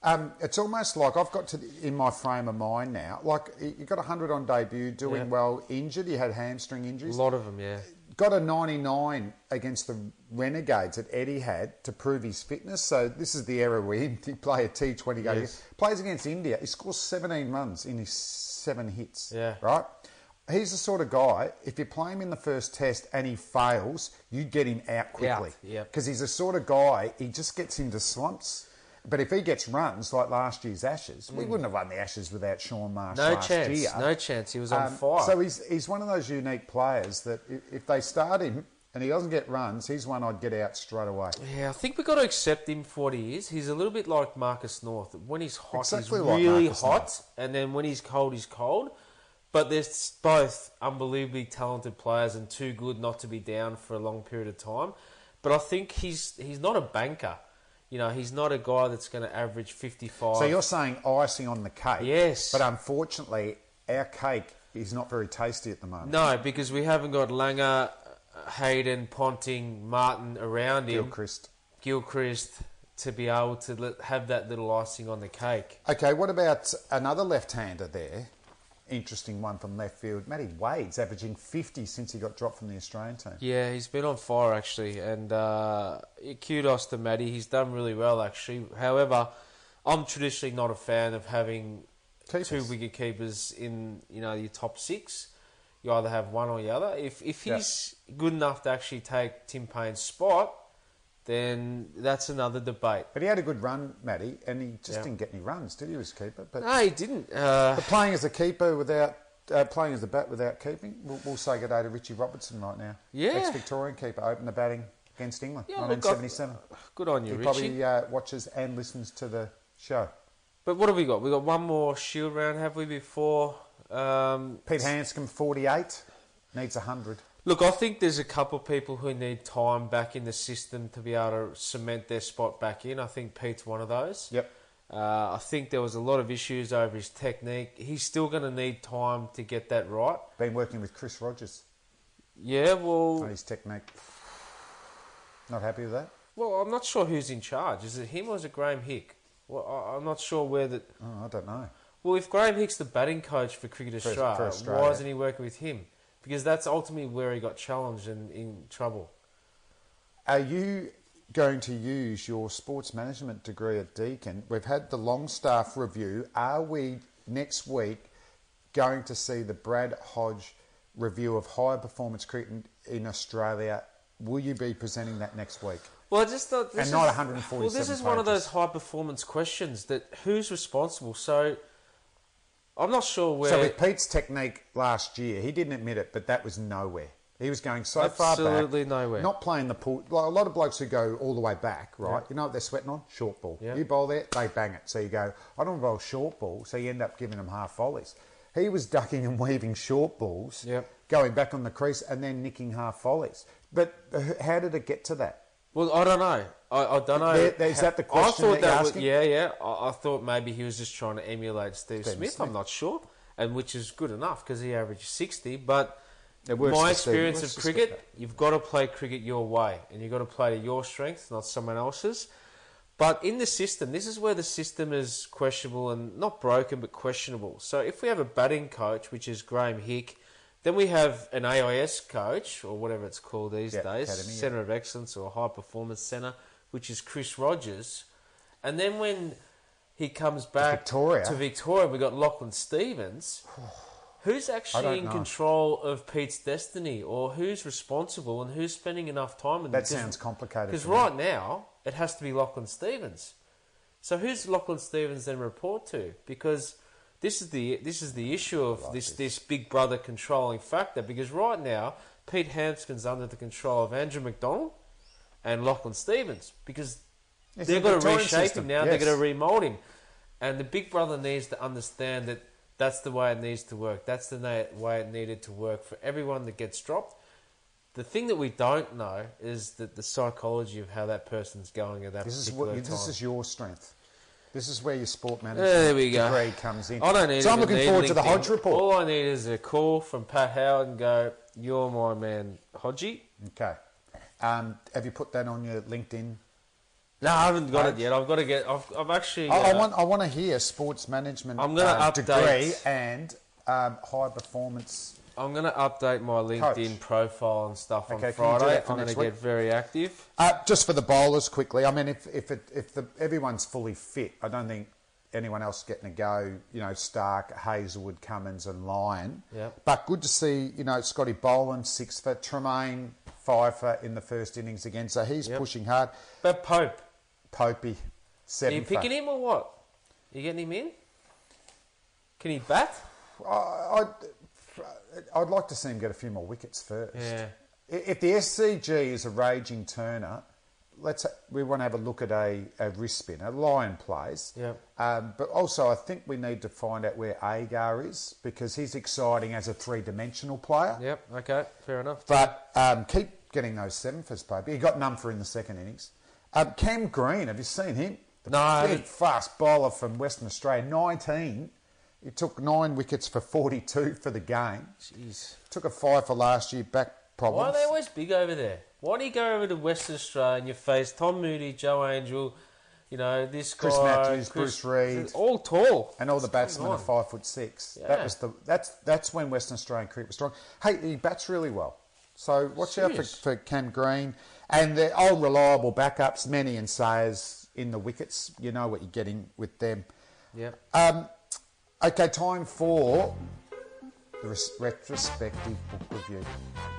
[SPEAKER 1] um, it's almost like I've got to the, in my frame of mind now. Like you got hundred on debut, doing
[SPEAKER 2] Yeah.
[SPEAKER 1] well, injured. He had hamstring
[SPEAKER 2] a
[SPEAKER 1] injuries.
[SPEAKER 2] lot of them, yeah.
[SPEAKER 1] got a 99 against the Renegades that Eddie had to prove his fitness. So this is the era where he play a T20 game.
[SPEAKER 2] Yes.
[SPEAKER 1] Plays against India. He scores 17 runs in his seven hits.
[SPEAKER 2] Yeah.
[SPEAKER 1] Right? He's the sort of guy, if you play him in the first test and he fails, you get him out quickly.
[SPEAKER 2] yep.
[SPEAKER 1] Because he's the sort of guy, he just gets into slumps. But if he gets runs like last year's Ashes,
[SPEAKER 2] Mm.
[SPEAKER 1] we wouldn't have won the Ashes without Sean Marsh
[SPEAKER 2] No
[SPEAKER 1] last
[SPEAKER 2] chance.
[SPEAKER 1] year.
[SPEAKER 2] No chance. He was on
[SPEAKER 1] Um,
[SPEAKER 2] fire.
[SPEAKER 1] So he's, he's one of those unique players that if, if they start him and he doesn't get runs, he's one I'd get out straight away.
[SPEAKER 2] Yeah, I think we've got to accept him for what he is. He's a little bit like Marcus North. When he's hot,
[SPEAKER 1] Exactly
[SPEAKER 2] he's
[SPEAKER 1] like
[SPEAKER 2] really
[SPEAKER 1] Marcus
[SPEAKER 2] hot,
[SPEAKER 1] North.
[SPEAKER 2] and then when he's cold, he's cold. But they're s- both unbelievably talented players and too good not to be down for a long period of time. But I think he's he's not a banker. You know, he's not a guy that's going to average fifty-five.
[SPEAKER 1] So you're saying icing on the cake.
[SPEAKER 2] Yes.
[SPEAKER 1] But unfortunately, our cake is not very tasty at the moment.
[SPEAKER 2] no, because we haven't got Langer, Hayden, Ponting, Martin around him.
[SPEAKER 1] Gilchrist.
[SPEAKER 2] Gilchrist to be able to let- have that little icing on the cake.
[SPEAKER 1] Okay, what about another left-hander there? Interesting one from left field. Matty Wade's averaging 50 since he got dropped from the Australian team.
[SPEAKER 2] Yeah, he's been on fire actually, and uh, kudos to Matty. He's done really well actually. However, I'm traditionally not a fan of having
[SPEAKER 1] Keepers.
[SPEAKER 2] two wicket keepers in you know your top six. You either have one or the other. If if
[SPEAKER 1] Yeah.
[SPEAKER 2] he's good enough to actually take Tim Payne's spot, then that's another debate.
[SPEAKER 1] But he had a good run, Matty, and he just
[SPEAKER 2] Yeah.
[SPEAKER 1] didn't get any runs, did he, as keeper? But
[SPEAKER 2] No, he didn't. Uh,
[SPEAKER 1] But playing as a keeper without uh, playing as a bat without keeping, we'll, we'll say good day to Richie Robertson right now.
[SPEAKER 2] Yeah.
[SPEAKER 1] ex-Victorian keeper, opened the batting against England,
[SPEAKER 2] Yeah, look,
[SPEAKER 1] 1977.
[SPEAKER 2] good on you,
[SPEAKER 1] he
[SPEAKER 2] Richie.
[SPEAKER 1] probably uh, watches and listens to the show.
[SPEAKER 2] but what have we got? We got one more shield round, have we? Before um,
[SPEAKER 1] Pete Hanscom, 48, needs 100.
[SPEAKER 2] Look, I think there's a couple of people who need time back in the system to be able to cement their spot back in. I think Pete's one of those.
[SPEAKER 1] Yep.
[SPEAKER 2] Uh, I think there was a lot of issues over his technique. He's still going to need time to get that right.
[SPEAKER 1] Been working with Chris Rogers
[SPEAKER 2] Yeah,
[SPEAKER 1] on
[SPEAKER 2] well,
[SPEAKER 1] his technique. Not happy with that.
[SPEAKER 2] well, I'm not sure who's in charge. Is it him or is it Graham Hick? Well, I, I'm not sure where the.
[SPEAKER 1] Oh, I don't know.
[SPEAKER 2] Well, if Graham Hick's the batting coach for Cricket
[SPEAKER 1] For- for
[SPEAKER 2] Australia,
[SPEAKER 1] Australia.
[SPEAKER 2] why isn't he working with him? Because that's ultimately where he got challenged and in trouble.
[SPEAKER 1] Are you going to use your sports management degree at Deakin? We've had the Longstaff review. Are we next week going to see the Brad Hodge review of high performance cricket in, in Australia? Will you be presenting that next week?
[SPEAKER 2] Well, I just thought this
[SPEAKER 1] And not
[SPEAKER 2] is,
[SPEAKER 1] 147
[SPEAKER 2] Well, this is one of
[SPEAKER 1] pages.
[SPEAKER 2] those high performance questions that who's responsible. So I'm not sure where.
[SPEAKER 1] So with Pete's technique last year, he didn't admit it, but that was nowhere. He was going so far back,
[SPEAKER 2] Absolutely nowhere.
[SPEAKER 1] Not playing the pool. Like a lot of blokes who go all the way back, right? You know what they're sweating on? Short ball.
[SPEAKER 2] Yeah.
[SPEAKER 1] You bowl there, they bang it. So you go, I don't bowl short ball. So you end up giving them half volleys. He was ducking and weaving short balls,
[SPEAKER 2] Yep.
[SPEAKER 1] going back on the crease and then nicking half volleys. But uh, how did it get to that?
[SPEAKER 2] Well, I don't know. I, I don't know.
[SPEAKER 1] There- there- is that the question
[SPEAKER 2] I
[SPEAKER 1] that
[SPEAKER 2] thought
[SPEAKER 1] you're
[SPEAKER 2] was-
[SPEAKER 1] asking?
[SPEAKER 2] yeah, yeah. I, I thought maybe he was just trying to emulate Steve,
[SPEAKER 1] Steve
[SPEAKER 2] Smith.
[SPEAKER 1] Smith.
[SPEAKER 2] I'm not sure, and which is good enough because he averaged 60. But
[SPEAKER 1] It works
[SPEAKER 2] my
[SPEAKER 1] for Steve. It
[SPEAKER 2] experience
[SPEAKER 1] works
[SPEAKER 2] of
[SPEAKER 1] for Steve.
[SPEAKER 2] cricket, you've got to play cricket your way, and you've got to play to your strengths, not someone else's. But in the system, this is where the system is questionable and not broken, but questionable. So if we have a batting coach, which is Graham Hick, then we have an AIS coach or whatever it's called these
[SPEAKER 1] Yeah,
[SPEAKER 2] days,
[SPEAKER 1] academy, yeah.
[SPEAKER 2] Centre of Excellence or High Performance Centre, which is Chris Rogers. And then when he comes back
[SPEAKER 1] Victoria.
[SPEAKER 2] to Victoria, we got Lachlan Stevens. Who's
[SPEAKER 1] don't
[SPEAKER 2] actually in
[SPEAKER 1] know.
[SPEAKER 2] control of Pete's destiny, or who's responsible, and who's spending enough time in
[SPEAKER 1] That sounds complicated
[SPEAKER 2] Because
[SPEAKER 1] to me.
[SPEAKER 2] right now it has to be Lachlan Stevens. So who's Lachlan Stevens then report to? Because this is the this is the issue of this, this big brother controlling factor. Because right now Pete Hampskin's under the control of Andrew McDonald and Lachlan Stevens because
[SPEAKER 1] It's
[SPEAKER 2] they're
[SPEAKER 1] the
[SPEAKER 2] going to
[SPEAKER 1] Victorian
[SPEAKER 2] reshape
[SPEAKER 1] system,
[SPEAKER 2] him now.
[SPEAKER 1] yes.
[SPEAKER 2] They're going to remold him, and the big brother needs to understand that that's the way it needs to work. That's the na- way it needed to work for everyone that gets dropped. The thing that we don't know is that the psychology of how that person's going at that
[SPEAKER 1] This is
[SPEAKER 2] particular
[SPEAKER 1] what this
[SPEAKER 2] time.
[SPEAKER 1] is your strength. This is where your sport management
[SPEAKER 2] there we go.
[SPEAKER 1] degree comes in.
[SPEAKER 2] I don't need
[SPEAKER 1] so I'm
[SPEAKER 2] even
[SPEAKER 1] looking
[SPEAKER 2] need
[SPEAKER 1] forward to the
[SPEAKER 2] LinkedIn.
[SPEAKER 1] Hodge report.
[SPEAKER 2] All I need is a call from Pat Howard and go, "You're my man, Hodgie."
[SPEAKER 1] Okay. Um, have you put that on your LinkedIn?
[SPEAKER 2] No, I haven't got it yet. I've got to get. I've, I've actually.
[SPEAKER 1] I, I
[SPEAKER 2] uh,
[SPEAKER 1] want. I want to hear sports management.
[SPEAKER 2] I'm gonna
[SPEAKER 1] uh,
[SPEAKER 2] update-
[SPEAKER 1] degree and um, high performance.
[SPEAKER 2] I'm going to update my LinkedIn
[SPEAKER 1] Coach.
[SPEAKER 2] profile and stuff
[SPEAKER 1] Okay, can you
[SPEAKER 2] on
[SPEAKER 1] do
[SPEAKER 2] Friday.
[SPEAKER 1] that for
[SPEAKER 2] I'm going
[SPEAKER 1] next
[SPEAKER 2] to
[SPEAKER 1] week?
[SPEAKER 2] get very active.
[SPEAKER 1] Uh, just for the bowlers, quickly. I mean, if if it, if the, everyone's fully fit, I don't think anyone else getting a go. You know, Stark, Hazelwood, Cummins, and Lyon.
[SPEAKER 2] Yeah.
[SPEAKER 1] But good to see. You know, Scotty Boland six for Tremaine five for in the first innings again. So he's pushing hard.
[SPEAKER 2] But Pope,
[SPEAKER 1] Popey
[SPEAKER 2] are
[SPEAKER 1] seven.
[SPEAKER 2] you picking
[SPEAKER 1] for,
[SPEAKER 2] him or what? you getting him in? Can he bat?
[SPEAKER 1] I, I'd, I'd like to see him get a few more wickets first.
[SPEAKER 2] Yeah.
[SPEAKER 1] I- If the SCG is a raging turner, let's ha- we want to have a look at a, a wrist spinner. Lion plays.
[SPEAKER 2] Yep.
[SPEAKER 1] Um, but also, I think we need to find out where Agar is because he's exciting as a three dimensional player.
[SPEAKER 2] Yep. Okay. Fair enough.
[SPEAKER 1] But um, keep getting those seven for his play. But he got none for in the second innings. Um, Cam Green, have you seen him? The
[SPEAKER 2] No, I
[SPEAKER 1] big
[SPEAKER 2] haven't.
[SPEAKER 1] fast bowler from Western Australia, 19. He took nine wickets for 42 for the game.
[SPEAKER 2] Jeez.
[SPEAKER 1] Took a five for last year, back
[SPEAKER 2] Why
[SPEAKER 1] problems.
[SPEAKER 2] are they always big over there? Why do you go over to Western Australia and you face Tom Moody, Joe Angel, you know this
[SPEAKER 1] Chris
[SPEAKER 2] guy,
[SPEAKER 1] Matthews, Bruce Reid.
[SPEAKER 2] all tall,
[SPEAKER 1] and all the
[SPEAKER 2] What's going
[SPEAKER 1] batsmen are
[SPEAKER 2] on?
[SPEAKER 1] five foot six. That
[SPEAKER 2] Yeah.
[SPEAKER 1] was the that's that's when Western Australian cricket was strong. Hey, he bats really well. So watch out
[SPEAKER 2] Serious.
[SPEAKER 1] for, for Cam Green and the old reliable backups, many and Sayers in the wickets. You know what you're getting with them.
[SPEAKER 2] Yep.
[SPEAKER 1] Um, okay, time for the res- retrospective book review.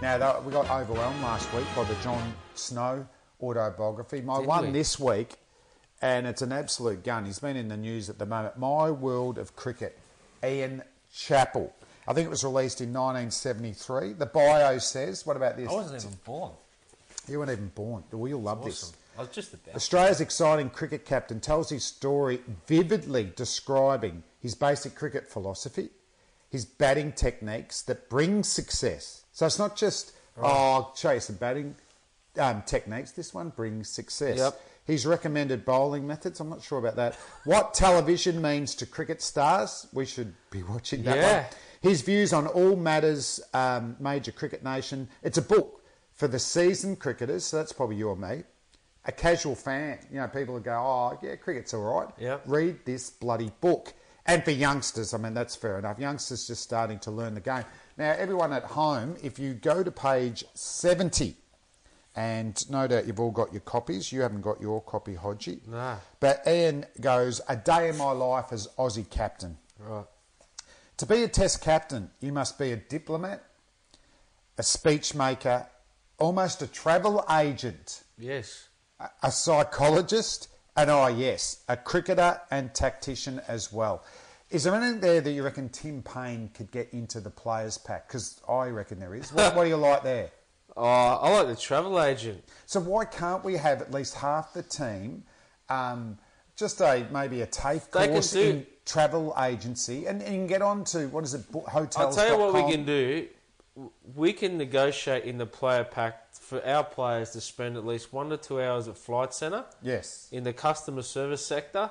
[SPEAKER 1] Now, that, we got overwhelmed last week by the John Snow autobiography. My
[SPEAKER 2] Didn't
[SPEAKER 1] one
[SPEAKER 2] we?
[SPEAKER 1] this week, and it's an absolute gun. He's been in the news at the moment. My World of Cricket, Ian Chappell. I think it was released in 1973. The bio says, what about this?
[SPEAKER 2] I wasn't even born.
[SPEAKER 1] You weren't even born. Well, you'll love this.
[SPEAKER 2] Awesome. I was just about.
[SPEAKER 1] Australia's exciting cricket captain tells his story vividly, describing his basic cricket philosophy, his batting techniques that bring success. So it's not just, oh, chase the batting um, techniques. This one brings success.
[SPEAKER 2] Yep.
[SPEAKER 1] He's recommended bowling methods. I'm not sure about that. What television means to cricket stars. We should be watching that
[SPEAKER 2] Yeah.
[SPEAKER 1] one. His views on all matters um, major cricket nation. It's a book for the seasoned cricketers, so that's probably you or me. A casual fan, you know, people who go, oh, yeah, cricket's all right.
[SPEAKER 2] Yep.
[SPEAKER 1] Read this bloody book. And for youngsters, I mean, that's fair enough. Youngsters just starting to learn the game. Now, everyone at home, if you go to page 70, and no doubt you've all got your copies. You haven't got your copy, Hodgie.
[SPEAKER 2] No.
[SPEAKER 1] But Ian goes, A day in my life as Aussie captain.
[SPEAKER 2] Right.
[SPEAKER 1] To be a test captain, you must be a diplomat, a speech maker, almost a travel agent,
[SPEAKER 2] Yes.
[SPEAKER 1] a- a psychologist, and oh, yes, a cricketer and tactician as well. Is there anything there that you reckon Tim Payne could get into the players' pack? Because I reckon there is. What, what do you like there?
[SPEAKER 2] Oh, I like the travel agent.
[SPEAKER 1] So why can't we have at least half the team, um, just a maybe a TAFE
[SPEAKER 2] They can
[SPEAKER 1] course
[SPEAKER 2] do-
[SPEAKER 1] in travel agency, and, and you can get on to what is it, bo- hotels?
[SPEAKER 2] I'll tell you what we can do. we can negotiate in the player pack for our players to spend at least one to two hours at Flight Centre
[SPEAKER 1] Yes.
[SPEAKER 2] in the customer service sector,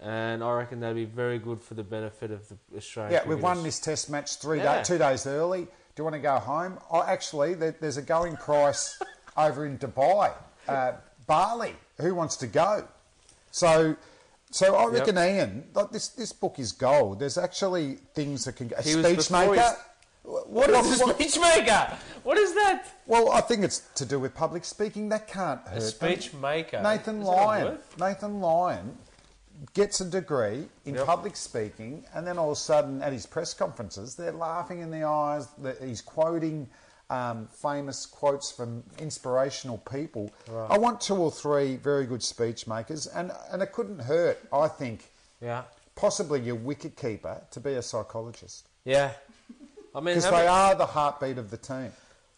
[SPEAKER 2] and I reckon that'd be very good for the benefit of the Australian.
[SPEAKER 1] Yeah, we won
[SPEAKER 2] cricketers.
[SPEAKER 1] this test match three
[SPEAKER 2] Yeah.
[SPEAKER 1] da- two days early. Do you want to go home? Oh, actually, there, there's a going price over in Dubai, uh, Bali. Who wants to go? So, so I reckon Ian, like this this book is gold. There's actually things that can go. A
[SPEAKER 2] He was
[SPEAKER 1] speech
[SPEAKER 2] before
[SPEAKER 1] maker.
[SPEAKER 2] his- What is a speechmaker? What is that?
[SPEAKER 1] Well, I think it's to do with public speaking. That can't hurt.
[SPEAKER 2] A speechmaker.
[SPEAKER 1] Nathan
[SPEAKER 2] Is that a
[SPEAKER 1] Lyon.
[SPEAKER 2] word?
[SPEAKER 1] Nathan Lyon gets a degree in
[SPEAKER 2] Yep.
[SPEAKER 1] public speaking, and then all of a sudden at his press conferences, they're laughing in the eyes. that He's quoting um, famous quotes from inspirational people. I want two or three very good speech makers, and, and it couldn't hurt, I think,
[SPEAKER 2] Yeah.
[SPEAKER 1] possibly your wicket keeper to be a psychologist.
[SPEAKER 2] Yeah. I mean,
[SPEAKER 1] Because
[SPEAKER 2] how
[SPEAKER 1] they
[SPEAKER 2] many-
[SPEAKER 1] are the heartbeat of the team.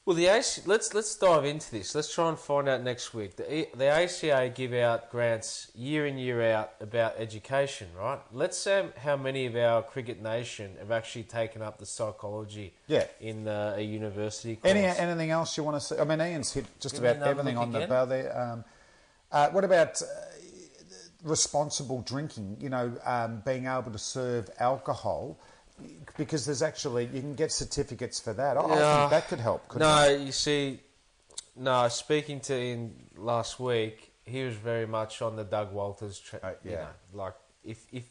[SPEAKER 2] Well, the AC, let's let's dive into this. Let's try and find out next week. The, E- the ACA give out grants year in year out about education, right? Let's see how many of our cricket nation have actually taken up the psychology
[SPEAKER 1] Yeah.
[SPEAKER 2] in uh, a university course.
[SPEAKER 1] Any, anything else you want to see? I mean, Ian's hit just
[SPEAKER 2] Give me
[SPEAKER 1] about
[SPEAKER 2] another
[SPEAKER 1] everything
[SPEAKER 2] look
[SPEAKER 1] on the
[SPEAKER 2] again.
[SPEAKER 1] bow there. Um, uh, what about uh, responsible drinking? You know, um, being able to serve alcohol because there's actually you can get certificates for that. I, I
[SPEAKER 2] Yeah.
[SPEAKER 1] think that could help. Couldn't
[SPEAKER 2] no,
[SPEAKER 1] it?
[SPEAKER 2] you see, no. Speaking to him last week, he was very much on the Doug Walters. Tra-
[SPEAKER 1] Uh,
[SPEAKER 2] you
[SPEAKER 1] yeah.
[SPEAKER 2] know, like if if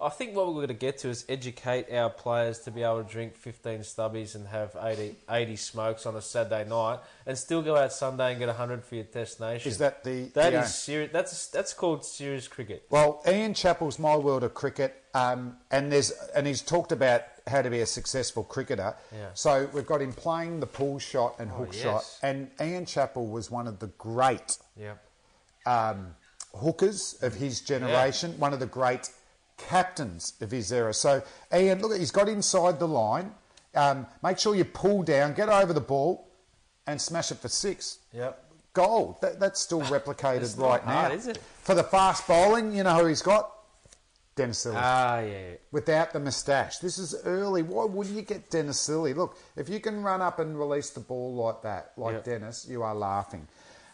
[SPEAKER 2] I think what we're going to get to is educate our players to be able to drink 15 stubbies and have 80, 80 smokes on a Saturday night, and still go out Sunday and get 100 for your Test Nation.
[SPEAKER 1] Is that the-
[SPEAKER 2] that
[SPEAKER 1] the
[SPEAKER 2] is
[SPEAKER 1] aim?
[SPEAKER 2] serious? That's that's called serious cricket.
[SPEAKER 1] Well, Ian Chappell's My World of Cricket, um, and there's and he's talked about how to be a successful cricketer.
[SPEAKER 2] Yeah. Oh,
[SPEAKER 1] So we've got him playing the pull shot and hook shot,
[SPEAKER 2] yes.
[SPEAKER 1] and Ian Chappell was one of the great
[SPEAKER 2] Yeah.
[SPEAKER 1] um, hookers of his generation, one of the great captains of his era. So, Ian, look, he's got inside the line. Um, make sure you pull down, get over the ball, and smash it for six.
[SPEAKER 2] Yep.
[SPEAKER 1] Gold. That, that's still replicated
[SPEAKER 2] It's not
[SPEAKER 1] right
[SPEAKER 2] hard,
[SPEAKER 1] now.
[SPEAKER 2] is it?
[SPEAKER 1] For the fast bowling, you know who he's got? Dennis Silly.
[SPEAKER 2] Ah, yeah. yeah.
[SPEAKER 1] Without the moustache. This is early. Why wouldn't you get Dennis Silly? Look, if you can run up and release the ball like that, like
[SPEAKER 2] Yep.
[SPEAKER 1] Dennis, you are laughing.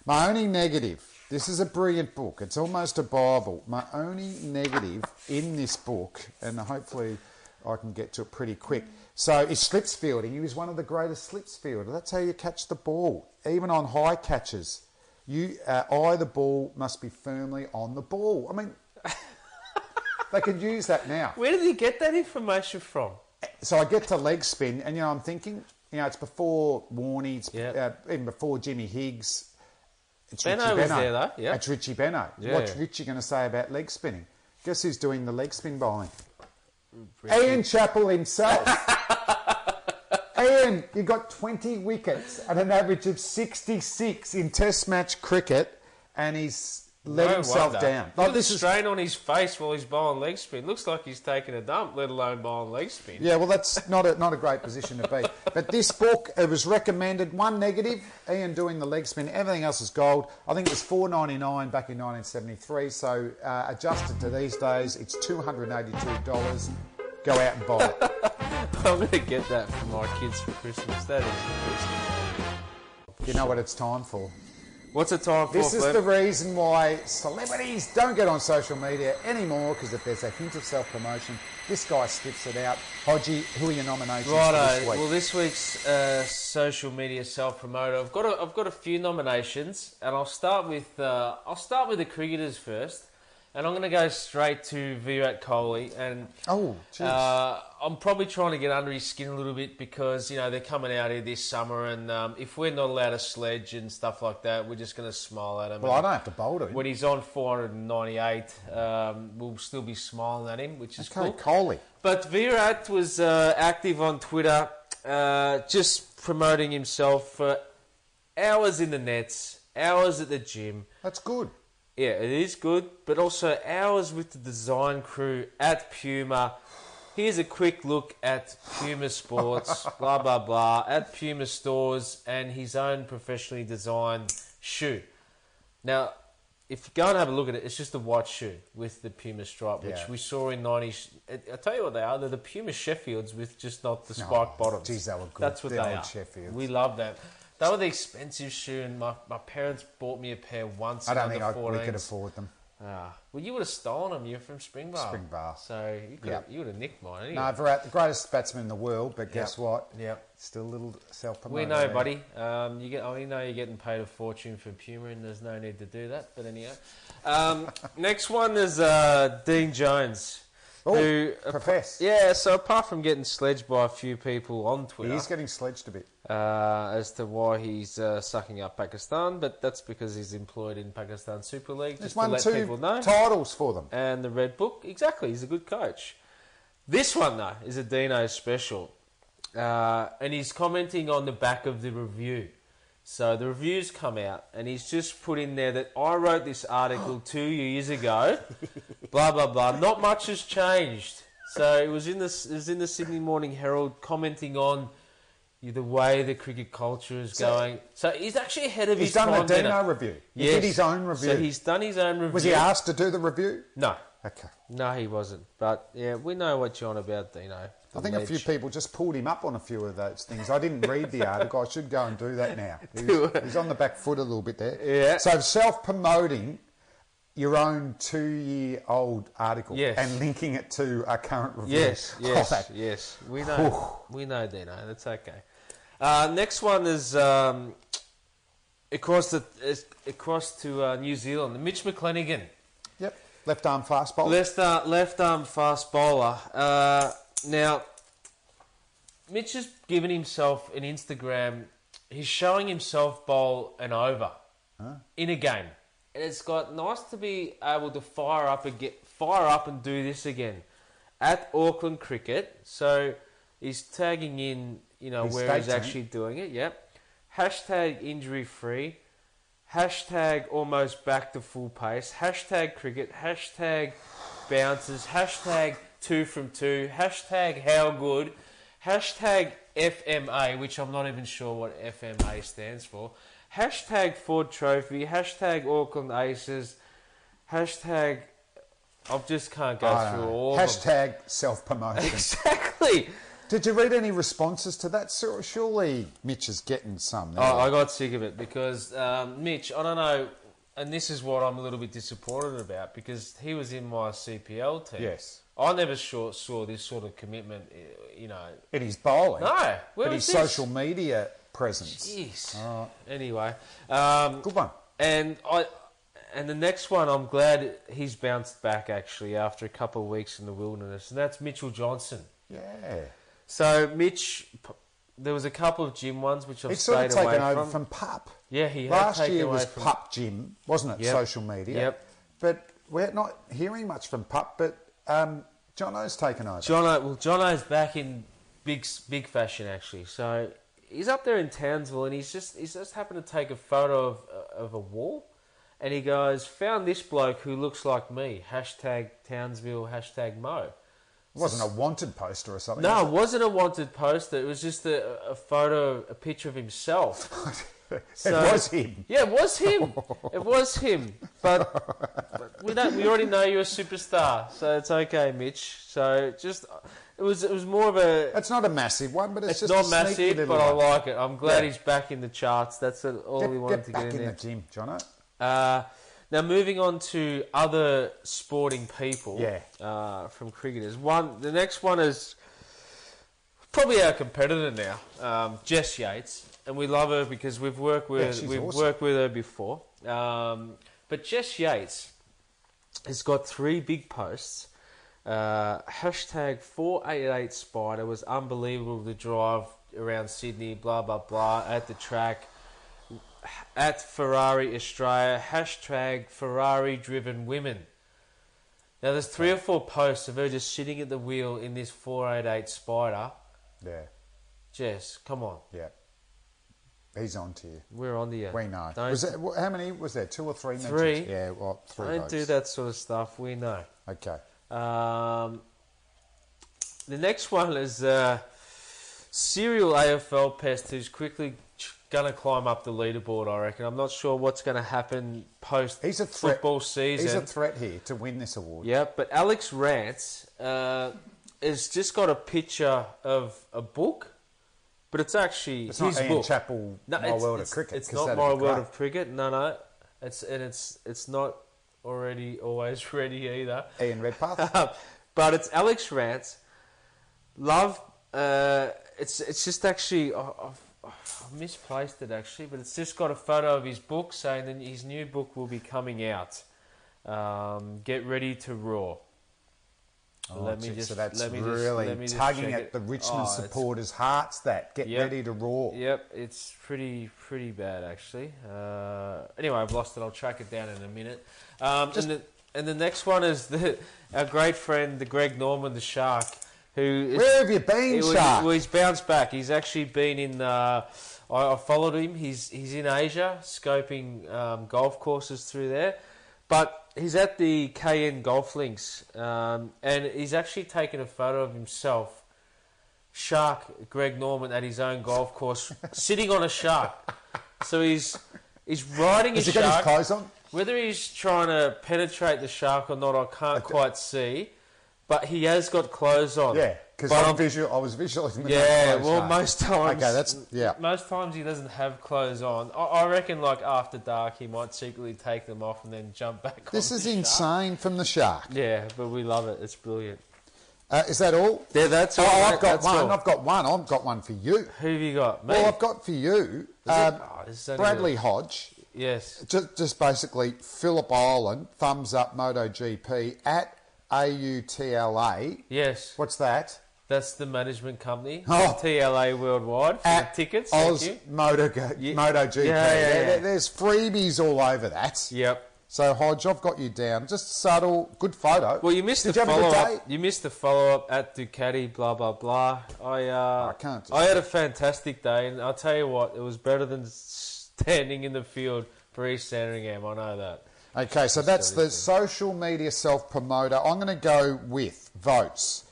[SPEAKER 1] My only negative this is a brilliant book. It's almost a Bible. My only negative in this book, and hopefully I can get to it pretty quick. So is slips fielding. He was one of the greatest slips fielder. That's how you catch the ball, even on high catches. You uh, eye the ball must be firmly on the ball. I mean, they could use that now.
[SPEAKER 2] Where did he get that information from?
[SPEAKER 1] So I get to leg spin, and you know I'm thinking, you know, it's before Warney, it's
[SPEAKER 2] Yeah.
[SPEAKER 1] uh, even before Jimmy Higgs. It's
[SPEAKER 2] Benno
[SPEAKER 1] Richie
[SPEAKER 2] was
[SPEAKER 1] Benno.
[SPEAKER 2] there, though, yeah.
[SPEAKER 1] It's Richie Benno.
[SPEAKER 2] Yeah,
[SPEAKER 1] What's
[SPEAKER 2] yeah.
[SPEAKER 1] Richie going to say about leg spinning? Guess who's doing the leg spin bowling? Ian Chappell himself. Ian, you got 20 wickets at an average of 66 in Test match cricket, and he's let
[SPEAKER 2] No
[SPEAKER 1] himself
[SPEAKER 2] wonder.
[SPEAKER 1] down.
[SPEAKER 2] Oh,
[SPEAKER 1] Like,
[SPEAKER 2] Look at
[SPEAKER 1] this
[SPEAKER 2] the
[SPEAKER 1] is
[SPEAKER 2] strain on his face while he's bowling leg spin. Looks like he's taking a dump, let alone bowling leg spin.
[SPEAKER 1] Yeah, well, that's not a, not a great position to be. But this book, it was recommended. One negative, Ian doing the leg spin. Everything else is gold. I think it was four ninety nine back in nineteen seventy three. So uh, adjusted to these days, it's two hundred eighty two dollars. Go out and buy it.
[SPEAKER 2] I'm gonna get that for my kids for Christmas. That is
[SPEAKER 1] You know what it's time for.
[SPEAKER 2] What's the time for?
[SPEAKER 1] This is
[SPEAKER 2] Flem?
[SPEAKER 1] the reason why celebrities don't get on social media anymore because if there's a hint of self promotion, this guy skips it out. Hodgie, who are your nominations for
[SPEAKER 2] Righto.
[SPEAKER 1] this week?
[SPEAKER 2] Well, this week's uh, social media self promoter. I've got a, I've got a few nominations, and I'll start with uh, I'll start with the cricketers first, and I'm going to go straight to Virat Kohli. And
[SPEAKER 1] Oh, jeez.
[SPEAKER 2] uh, I'm probably trying to get under his skin a little bit because you know they're coming out here this summer, and um, if we're not allowed to sledge and stuff like that, we're just going to smile at him.
[SPEAKER 1] well, I
[SPEAKER 2] And-
[SPEAKER 1] don't have to bowl to him.
[SPEAKER 2] when he's on 498, um, we'll still be smiling at him, which is
[SPEAKER 1] Okay,
[SPEAKER 2] cool.
[SPEAKER 1] Coley.
[SPEAKER 2] But Virat was uh, active on Twitter, uh, just promoting himself for hours in the nets, hours at the gym.
[SPEAKER 1] That's good.
[SPEAKER 2] Yeah, it is good, but also hours with the design crew at Puma. Here's a quick look at Puma Sports, blah blah blah, at Puma stores and his own professionally designed shoe. Now, if you go and have a look at it, it's just a white shoe with the Puma stripe, which
[SPEAKER 1] Yeah.
[SPEAKER 2] we saw in ninety. sh- I I tell you what they are. They're the Puma Sheffields with just not the
[SPEAKER 1] No,
[SPEAKER 2] spike bottoms.
[SPEAKER 1] geez, they were good,
[SPEAKER 2] That's what
[SPEAKER 1] the
[SPEAKER 2] they
[SPEAKER 1] old
[SPEAKER 2] are.
[SPEAKER 1] Sheffields.
[SPEAKER 2] We love that. They were the expensive shoe, and my, my parents bought me a pair once.
[SPEAKER 1] I don't
[SPEAKER 2] under
[SPEAKER 1] think I, we
[SPEAKER 2] 14s.
[SPEAKER 1] could afford them.
[SPEAKER 2] Ah, well, you would have stolen them. You're from Springvale.
[SPEAKER 1] Springvale.
[SPEAKER 2] So you could
[SPEAKER 1] Yeah.
[SPEAKER 2] you would have nicked mine. Anyway.
[SPEAKER 1] No, Verrat, the greatest batsman in the world, but guess
[SPEAKER 2] Yep.
[SPEAKER 1] what?
[SPEAKER 2] Yep.
[SPEAKER 1] Still a little self
[SPEAKER 2] We
[SPEAKER 1] promotion.
[SPEAKER 2] know, buddy. Um, you get, I know you're getting paid a fortune for Puma, and there's no need to do that. But anyhow, um, next one is uh, Dean Jones,
[SPEAKER 1] Oh,
[SPEAKER 2] who uh,
[SPEAKER 1] profess.
[SPEAKER 2] yeah. So apart from getting sledged by a few people on
[SPEAKER 1] He
[SPEAKER 2] Twitter
[SPEAKER 1] is getting sledged a bit.
[SPEAKER 2] uh, as to why he's uh, sucking up Pakistan, but that's because he's employed in Pakistan Super League.
[SPEAKER 1] He's
[SPEAKER 2] Just to
[SPEAKER 1] won
[SPEAKER 2] let
[SPEAKER 1] two
[SPEAKER 2] people know
[SPEAKER 1] titles for them.
[SPEAKER 2] and the Red Book. Exactly, he's a good coach. This one though is a Dino special, uh, and he's commenting on the back of the review. So the review's come out, and he's just put in there that I wrote this article two years ago. blah blah blah. Not much has changed. So it was in the it was in the Sydney Morning Herald commenting on. The way the cricket culture is going, so he's actually ahead of
[SPEAKER 1] He's
[SPEAKER 2] his
[SPEAKER 1] done
[SPEAKER 2] time.
[SPEAKER 1] a Dino
[SPEAKER 2] Dino.
[SPEAKER 1] review. He did his own review.
[SPEAKER 2] So he's done his own review.
[SPEAKER 1] Was he asked to do the review?
[SPEAKER 2] No,
[SPEAKER 1] Okay.
[SPEAKER 2] no, he wasn't. But yeah, we know what you're on about, Dino.
[SPEAKER 1] I think a few people just pulled him up on a few of those things. I didn't read the article. I should go and do that now. He's, he's on the back foot a little bit there.
[SPEAKER 2] Yeah.
[SPEAKER 1] So self promoting your own two year old article
[SPEAKER 2] Yes.
[SPEAKER 1] and linking it to a current review.
[SPEAKER 2] Yes,
[SPEAKER 1] Oh,
[SPEAKER 2] yes,
[SPEAKER 1] that-
[SPEAKER 2] yes. We know, we know, Dino. That's okay. Uh, next one is um, across the is across to uh, New Zealand. Mitch McLennigan,
[SPEAKER 1] Yep. Left arm fast bowler.
[SPEAKER 2] left uh, left arm fast bowler. Uh, now, Mitch has given himself an Instagram. He's showing himself bowl an over in a game, and it's got nice to be able to fire up and get fire up and do this again at Auckland Cricket. So he's tagging in, you know,
[SPEAKER 1] He's
[SPEAKER 2] where he's
[SPEAKER 1] stating it.
[SPEAKER 2] actually doing it. Yep. Hashtag injury free. Hashtag almost back to full pace. Hashtag cricket. Hashtag bounces. Hashtag two from two. Hashtag how good. Hashtag FMA, which I'm not even sure what FMA stands for. Hashtag Ford Trophy. Hashtag Auckland Aces. Hashtag. I just can't go
[SPEAKER 1] I don't
[SPEAKER 2] through
[SPEAKER 1] know.
[SPEAKER 2] all of them.
[SPEAKER 1] Hashtag self promotion.
[SPEAKER 2] Exactly.
[SPEAKER 1] Did you read any responses to that? Sur- Surely Mitch is getting some. now.
[SPEAKER 2] I, I got sick of it because um, Mitch, I don't know, and this is what I'm a little bit disappointed about because he was in my CPL team.
[SPEAKER 1] Yes.
[SPEAKER 2] I never saw, saw this sort of commitment, eh, you know.
[SPEAKER 1] in his bowling.
[SPEAKER 2] No, where
[SPEAKER 1] but his
[SPEAKER 2] was this?
[SPEAKER 1] social media presence.
[SPEAKER 2] Jeez. Anyway, um,
[SPEAKER 1] Good one.
[SPEAKER 2] and I. And the next one, I'm glad he's bounced back actually after a couple of weeks in the wilderness, and that's Mitchell Johnson.
[SPEAKER 1] Yeah.
[SPEAKER 2] So Mitch, p- there was a couple of gym ones which I've
[SPEAKER 1] It's sort of
[SPEAKER 2] stayed away
[SPEAKER 1] taken over from,
[SPEAKER 2] from
[SPEAKER 1] Pup.
[SPEAKER 2] Yeah, he had
[SPEAKER 1] Last
[SPEAKER 2] taken
[SPEAKER 1] year
[SPEAKER 2] away
[SPEAKER 1] was
[SPEAKER 2] from-
[SPEAKER 1] Pup Jim, wasn't it?
[SPEAKER 2] Yep.
[SPEAKER 1] Social media.
[SPEAKER 2] Yep.
[SPEAKER 1] But we're not hearing much from Pup, but um, John O's taken over.
[SPEAKER 2] Jono, well, Jono's back in big, big fashion actually. So he's up there in Townsville, and he's just he's just happened to take a photo of uh, of a wall, and he goes, "Found this bloke who looks like me." Hashtag Townsville. Hashtag Mo.
[SPEAKER 1] it wasn't a wanted poster or something.
[SPEAKER 2] No, it
[SPEAKER 1] was
[SPEAKER 2] wasn't a wanted poster. It was just a, a photo, a picture of himself.
[SPEAKER 1] it? it
[SPEAKER 2] So-
[SPEAKER 1] was him.
[SPEAKER 2] Yeah, it was him. it was him. But, but we don't. We already know you're a superstar, so it's okay, Mitch. So just it was it was more of a
[SPEAKER 1] It's not a massive one, but it's,
[SPEAKER 2] It's
[SPEAKER 1] just
[SPEAKER 2] not
[SPEAKER 1] a sneaky
[SPEAKER 2] massive, but
[SPEAKER 1] little
[SPEAKER 2] I
[SPEAKER 1] one.
[SPEAKER 2] like it. I'm glad
[SPEAKER 1] Yeah.
[SPEAKER 2] he's back in the charts. That's a- all we
[SPEAKER 1] Get,
[SPEAKER 2] wanted
[SPEAKER 1] get
[SPEAKER 2] to
[SPEAKER 1] back
[SPEAKER 2] get in,
[SPEAKER 1] in,
[SPEAKER 2] there.
[SPEAKER 1] the gym, Jono.
[SPEAKER 2] Uh, now, moving on to other sporting people
[SPEAKER 1] Yeah.
[SPEAKER 2] uh, from cricketers. One, the next one is probably our competitor now, um, Jess Yates, and we love her because we've worked with
[SPEAKER 1] she's
[SPEAKER 2] we've
[SPEAKER 1] awesome.
[SPEAKER 2] worked with her before. Um, but Jess Yates has got three big posts. Uh, hashtag 488 Spider was unbelievable to drive around Sydney, blah, blah, blah, at the track at Ferrari Australia, hashtag Ferrari driven women. Now, there's three or four posts of her just sitting at the wheel in this 488 Spider.
[SPEAKER 1] Yeah,
[SPEAKER 2] Jess, come on.
[SPEAKER 1] yeah. He's on to you.
[SPEAKER 2] We're on to you.
[SPEAKER 1] We know.
[SPEAKER 2] Don't,
[SPEAKER 1] Was there, wha- how many was there? Two or three?
[SPEAKER 2] Three.
[SPEAKER 1] mentions? Yeah, well, 3
[SPEAKER 2] don't
[SPEAKER 1] votes.
[SPEAKER 2] do that sort of stuff. We know.
[SPEAKER 1] Okay.
[SPEAKER 2] Um, the next one is uh, serial AFL pest who's quickly ch- gonna climb up the leaderboard. I reckon. I'm not sure what's gonna happen post
[SPEAKER 1] He's a threat.
[SPEAKER 2] football season.
[SPEAKER 1] He's a threat here to win this award.
[SPEAKER 2] Yeah, but Alex Rance uh, has just got a picture of a book, but it's actually
[SPEAKER 1] It's not
[SPEAKER 2] his
[SPEAKER 1] Ian
[SPEAKER 2] book.
[SPEAKER 1] Chappell, My
[SPEAKER 2] it's-
[SPEAKER 1] World of
[SPEAKER 2] it's-
[SPEAKER 1] Cricket,
[SPEAKER 2] It's
[SPEAKER 1] 'cause
[SPEAKER 2] not
[SPEAKER 1] that'd
[SPEAKER 2] my
[SPEAKER 1] be
[SPEAKER 2] world
[SPEAKER 1] great.
[SPEAKER 2] of cricket. No, no. It's and it's it's not already always ready either.
[SPEAKER 1] Ian Redpath.
[SPEAKER 2] but it's Alex Rance. Love. Uh, it's it's just actually oh, I- I've, I've misplaced it actually, but it's just got a photo of his book saying that his new book will be coming out. Um, get ready to roar.
[SPEAKER 1] Oh, gee, so that's really
[SPEAKER 2] just
[SPEAKER 1] tugging
[SPEAKER 2] check
[SPEAKER 1] at
[SPEAKER 2] it.
[SPEAKER 1] the
[SPEAKER 2] Oh,
[SPEAKER 1] Richmond
[SPEAKER 2] it's-
[SPEAKER 1] supporters' hearts. That get
[SPEAKER 2] Yep.
[SPEAKER 1] ready to roar.
[SPEAKER 2] Yep, it's pretty pretty bad actually. Uh, anyway, I've lost it. I'll track it down in a minute. Um, and, the, and the next one is the our great friend, the Greg Norman, the shark, who is,
[SPEAKER 1] Where have you been,
[SPEAKER 2] he was-
[SPEAKER 1] shark?
[SPEAKER 2] well, he's bounced back. He's actually been in. Uh, I, I followed him. He's he's in Asia scoping um, golf courses through there, but he's at the KN Golf Links, um, and he's actually taken a photo of himself shark Greg Norman at his own golf course, sitting on a shark. So he's he's riding
[SPEAKER 1] Has
[SPEAKER 2] a
[SPEAKER 1] he got his
[SPEAKER 2] shark.
[SPEAKER 1] clothes on?
[SPEAKER 2] Whether he's trying to penetrate the shark or not, I can't quite see. But he has got clothes on.
[SPEAKER 1] Yeah, because
[SPEAKER 2] But
[SPEAKER 1] I'm
[SPEAKER 2] I'm-
[SPEAKER 1] visual. I was visualising. the
[SPEAKER 2] um, yeah,
[SPEAKER 1] clothes,
[SPEAKER 2] well,
[SPEAKER 1] mate.
[SPEAKER 2] most times.
[SPEAKER 1] Okay, that's yeah.
[SPEAKER 2] Most times he doesn't have clothes on. I, I reckon, like after dark, he might secretly take them off and then jump back.
[SPEAKER 1] This
[SPEAKER 2] on
[SPEAKER 1] is
[SPEAKER 2] the shark.
[SPEAKER 1] insane from the shark.
[SPEAKER 2] Yeah, but we love it. It's brilliant.
[SPEAKER 1] Uh, is that all?
[SPEAKER 2] Yeah, that's
[SPEAKER 1] Oh,
[SPEAKER 2] all,
[SPEAKER 1] I've
[SPEAKER 2] mate,
[SPEAKER 1] got
[SPEAKER 2] that's
[SPEAKER 1] one.
[SPEAKER 2] all.
[SPEAKER 1] I've got one. I've got one for you.
[SPEAKER 2] Who have you got, mate?
[SPEAKER 1] Well, I've got for you
[SPEAKER 2] Is it-
[SPEAKER 1] um,
[SPEAKER 2] oh, this is only
[SPEAKER 1] Bradley
[SPEAKER 2] a-
[SPEAKER 1] Hodge.
[SPEAKER 2] yes.
[SPEAKER 1] Just, just basically Philip Island, thumbs up MotoGP at AUTLA.
[SPEAKER 2] Yes.
[SPEAKER 1] What's that?
[SPEAKER 2] That's the management company.
[SPEAKER 1] Oh.
[SPEAKER 2] TLA Worldwide. For the tickets.
[SPEAKER 1] Oz
[SPEAKER 2] Thank you.
[SPEAKER 1] Moto,
[SPEAKER 2] Ye-
[SPEAKER 1] MotoGP.
[SPEAKER 2] Yeah, yeah,
[SPEAKER 1] There-
[SPEAKER 2] yeah.
[SPEAKER 1] there- There's freebies all over that.
[SPEAKER 2] Yep.
[SPEAKER 1] So Hodge, I've got you down. Just subtle, good photo.
[SPEAKER 2] Well, you missed
[SPEAKER 1] Did
[SPEAKER 2] the
[SPEAKER 1] you have a
[SPEAKER 2] follow
[SPEAKER 1] good
[SPEAKER 2] up.
[SPEAKER 1] day?
[SPEAKER 2] You missed the follow up at Ducati. Blah blah blah. I uh,
[SPEAKER 1] I can't do
[SPEAKER 2] I had a fantastic day, and I'll tell you what, it was better than standing in the field for East Sandringham. I know that.
[SPEAKER 1] Okay, so that's the social media self promoter. I'm going to go with votes.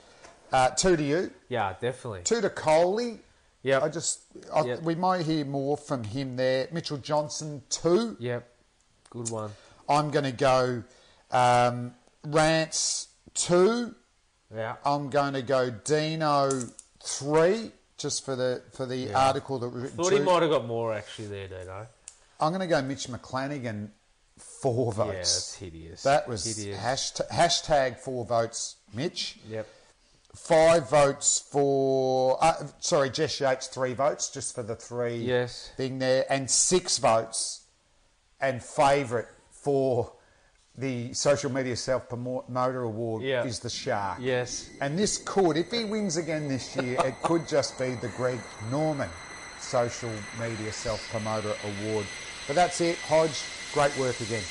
[SPEAKER 1] Uh, two to you,
[SPEAKER 2] Yeah, definitely.
[SPEAKER 1] two to Coley.
[SPEAKER 2] Yep.
[SPEAKER 1] I just I,
[SPEAKER 2] Yep.
[SPEAKER 1] we might hear more from him there. Mitchell Johnson two.
[SPEAKER 2] Yep. Good one.
[SPEAKER 1] I'm going to go um, Rance two.
[SPEAKER 2] Yeah.
[SPEAKER 1] I'm going to go Dino three, just for the for the article that was written.
[SPEAKER 2] Thought he
[SPEAKER 1] two.
[SPEAKER 2] might have got more actually there, Dino.
[SPEAKER 1] I'm going to go Mitch McClanagan four votes.
[SPEAKER 2] Yeah, that's hideous.
[SPEAKER 1] That was
[SPEAKER 2] hideous.
[SPEAKER 1] hashtag, hashtag four votes, Mitch.
[SPEAKER 2] Yep.
[SPEAKER 1] Five votes for, uh, sorry, Jess Yates, three votes just for the three
[SPEAKER 2] Yes.
[SPEAKER 1] thing there, and six votes and favourite for the social media self promoter award
[SPEAKER 2] Yeah.
[SPEAKER 1] is the Shark.
[SPEAKER 2] Yes.
[SPEAKER 1] And this could, if he wins again this year, it could just be the Greg Norman social media self promoter award. But that's it, Hodge. Great work again.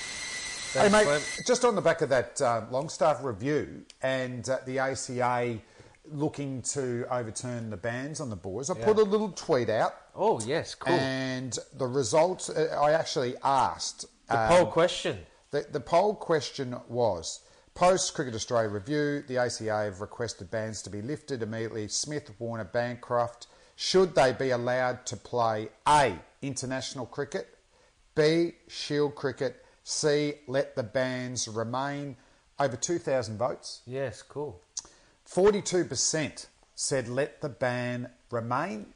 [SPEAKER 2] Thanks,
[SPEAKER 1] hey, mate,
[SPEAKER 2] Clem.
[SPEAKER 1] just on the back of that um, Longstaff review and uh, the ACA looking to overturn the bans on the boys, I put a little tweet out
[SPEAKER 2] Oh yes, cool.
[SPEAKER 1] and the results, uh, I actually asked.
[SPEAKER 2] the
[SPEAKER 1] um,
[SPEAKER 2] poll question.
[SPEAKER 1] the, the poll question was post Cricket Australia review, the ACA have requested bans to be lifted immediately. Smith, Warner, Bancroft, should they be allowed to play A, international cricket, B, shield cricket, C, let the bans remain? Over 2,000 votes.
[SPEAKER 2] Yes, cool.
[SPEAKER 1] 42% said let the ban remain,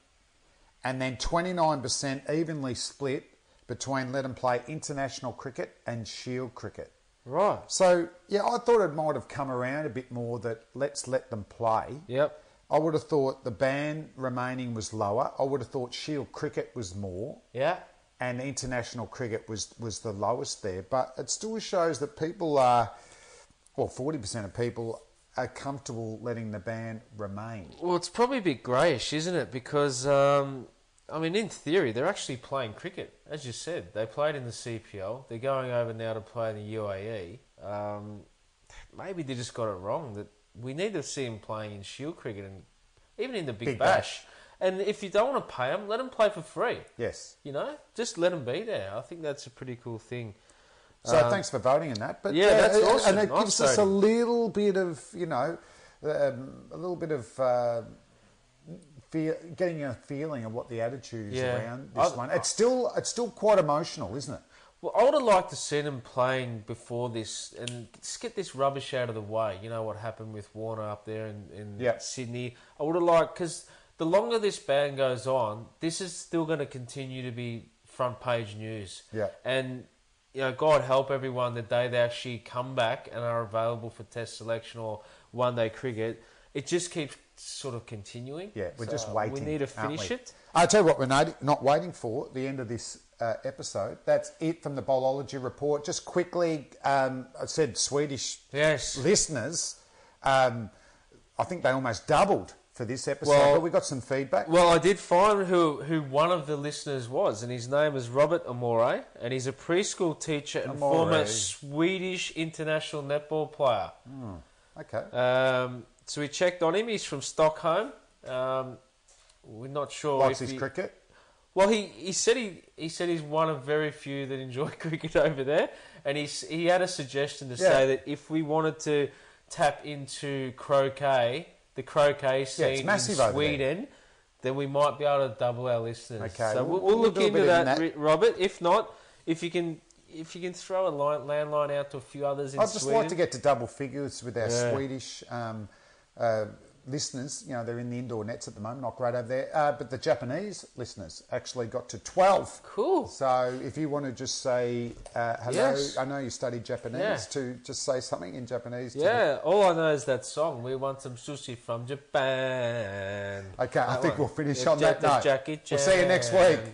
[SPEAKER 1] and then 29% evenly split between let them play international cricket and shield cricket.
[SPEAKER 2] Right.
[SPEAKER 1] So, yeah, I thought it might have come around a bit more that let's let them play.
[SPEAKER 2] Yep.
[SPEAKER 1] I would have thought the ban remaining was lower. I would have thought shield cricket was more
[SPEAKER 2] Yeah.
[SPEAKER 1] and international cricket was was the lowest there. But it still shows that people are, well, forty percent of people are comfortable letting the ban remain.
[SPEAKER 2] Well, it's probably a bit greyish, isn't it? Because, um, I mean, in theory, they're actually playing cricket. As you said, they played in the CPL. They're going over now to play in the UAE. Um, maybe they just got it wrong that we need to see them playing in Shield cricket and even in the Big,
[SPEAKER 1] Big
[SPEAKER 2] Bash. And if you don't want to pay them, let them play for free.
[SPEAKER 1] Yes.
[SPEAKER 2] You know, just let them be there. I think that's a pretty cool thing.
[SPEAKER 1] So thanks for voting in that. But
[SPEAKER 2] Um, yeah, that's
[SPEAKER 1] and-
[SPEAKER 2] awesome.
[SPEAKER 1] and it
[SPEAKER 2] Nice
[SPEAKER 1] gives us a
[SPEAKER 2] voting.
[SPEAKER 1] little bit of you know, um, a little bit of. Uh, um, feel, getting a feeling of what the attitude is
[SPEAKER 2] Yeah.
[SPEAKER 1] around this
[SPEAKER 2] I-
[SPEAKER 1] one. It's still it's still quite emotional, isn't it?
[SPEAKER 2] Well, I would have liked to see them playing before this and just get this rubbish out of the way. You know what happened with Warner up there in, in
[SPEAKER 1] Yeah.
[SPEAKER 2] Sydney. I would have liked because the longer this ban goes on, this is still going to continue to be front page news.
[SPEAKER 1] Yeah.
[SPEAKER 2] and you know, God help everyone the day they actually come back and are available for Test selection or one day cricket. It just keeps sort of continuing.
[SPEAKER 1] Yeah, we're
[SPEAKER 2] So uh,
[SPEAKER 1] just waiting.
[SPEAKER 2] We need to
[SPEAKER 1] aren't
[SPEAKER 2] finish
[SPEAKER 1] we?
[SPEAKER 2] it.
[SPEAKER 1] I tell you what, we're not, not waiting for the end of this uh, episode. That's it from the Bowlology report. Just quickly, um, I said Swedish
[SPEAKER 2] Yes.
[SPEAKER 1] listeners. Um, I think they almost doubled for this episode,
[SPEAKER 2] Well-
[SPEAKER 1] but we got some feedback.
[SPEAKER 2] Well, I did find who, who one of the listeners was, and his name is Robert Amore, and he's a preschool teacher and
[SPEAKER 1] Amore.
[SPEAKER 2] former Swedish international netball player.
[SPEAKER 1] Hmm. okay.
[SPEAKER 2] Um, so we checked on him. He's from Stockholm. Um, we're not sure.
[SPEAKER 1] Likes
[SPEAKER 2] if
[SPEAKER 1] his
[SPEAKER 2] he-
[SPEAKER 1] cricket.
[SPEAKER 2] Well, he, he said he, he said he's one of very few that enjoy cricket over there, and he s- he had a suggestion to
[SPEAKER 1] Yeah.
[SPEAKER 2] say that if we wanted to tap into croquet, the croquet scene
[SPEAKER 1] massive
[SPEAKER 2] in
[SPEAKER 1] over there.
[SPEAKER 2] Sweden, then we might be able to double our listeners.
[SPEAKER 1] Okay,
[SPEAKER 2] so
[SPEAKER 1] we'll-
[SPEAKER 2] we'll,
[SPEAKER 1] we'll
[SPEAKER 2] we'll look
[SPEAKER 1] do a bit
[SPEAKER 2] into
[SPEAKER 1] of
[SPEAKER 2] that,
[SPEAKER 1] that.
[SPEAKER 2] Ri- Robert. If not, if you can if you can throw a line, landline out to a few others in
[SPEAKER 1] I'd just
[SPEAKER 2] Sweden.
[SPEAKER 1] like to get to double figures with our
[SPEAKER 2] Yeah.
[SPEAKER 1] Swedish um, uh, listeners. You know, they're in the indoor nets at the moment, not great over there. Uh, but the Japanese listeners actually got to 12.
[SPEAKER 2] Cool.
[SPEAKER 1] So if you want to just say uh, hello,
[SPEAKER 2] Yes.
[SPEAKER 1] I know you study Japanese,
[SPEAKER 2] Yeah.
[SPEAKER 1] to just say something in Japanese. to
[SPEAKER 2] yeah, all I know is that song. We want some sushi from Japan.
[SPEAKER 1] the- Okay, I
[SPEAKER 2] That
[SPEAKER 1] think
[SPEAKER 2] one.
[SPEAKER 1] we'll finish
[SPEAKER 2] Yeah,
[SPEAKER 1] on
[SPEAKER 2] Ja-
[SPEAKER 1] that
[SPEAKER 2] the
[SPEAKER 1] note.
[SPEAKER 2] Jackie
[SPEAKER 1] We'll see you next
[SPEAKER 2] Chan.
[SPEAKER 1] week.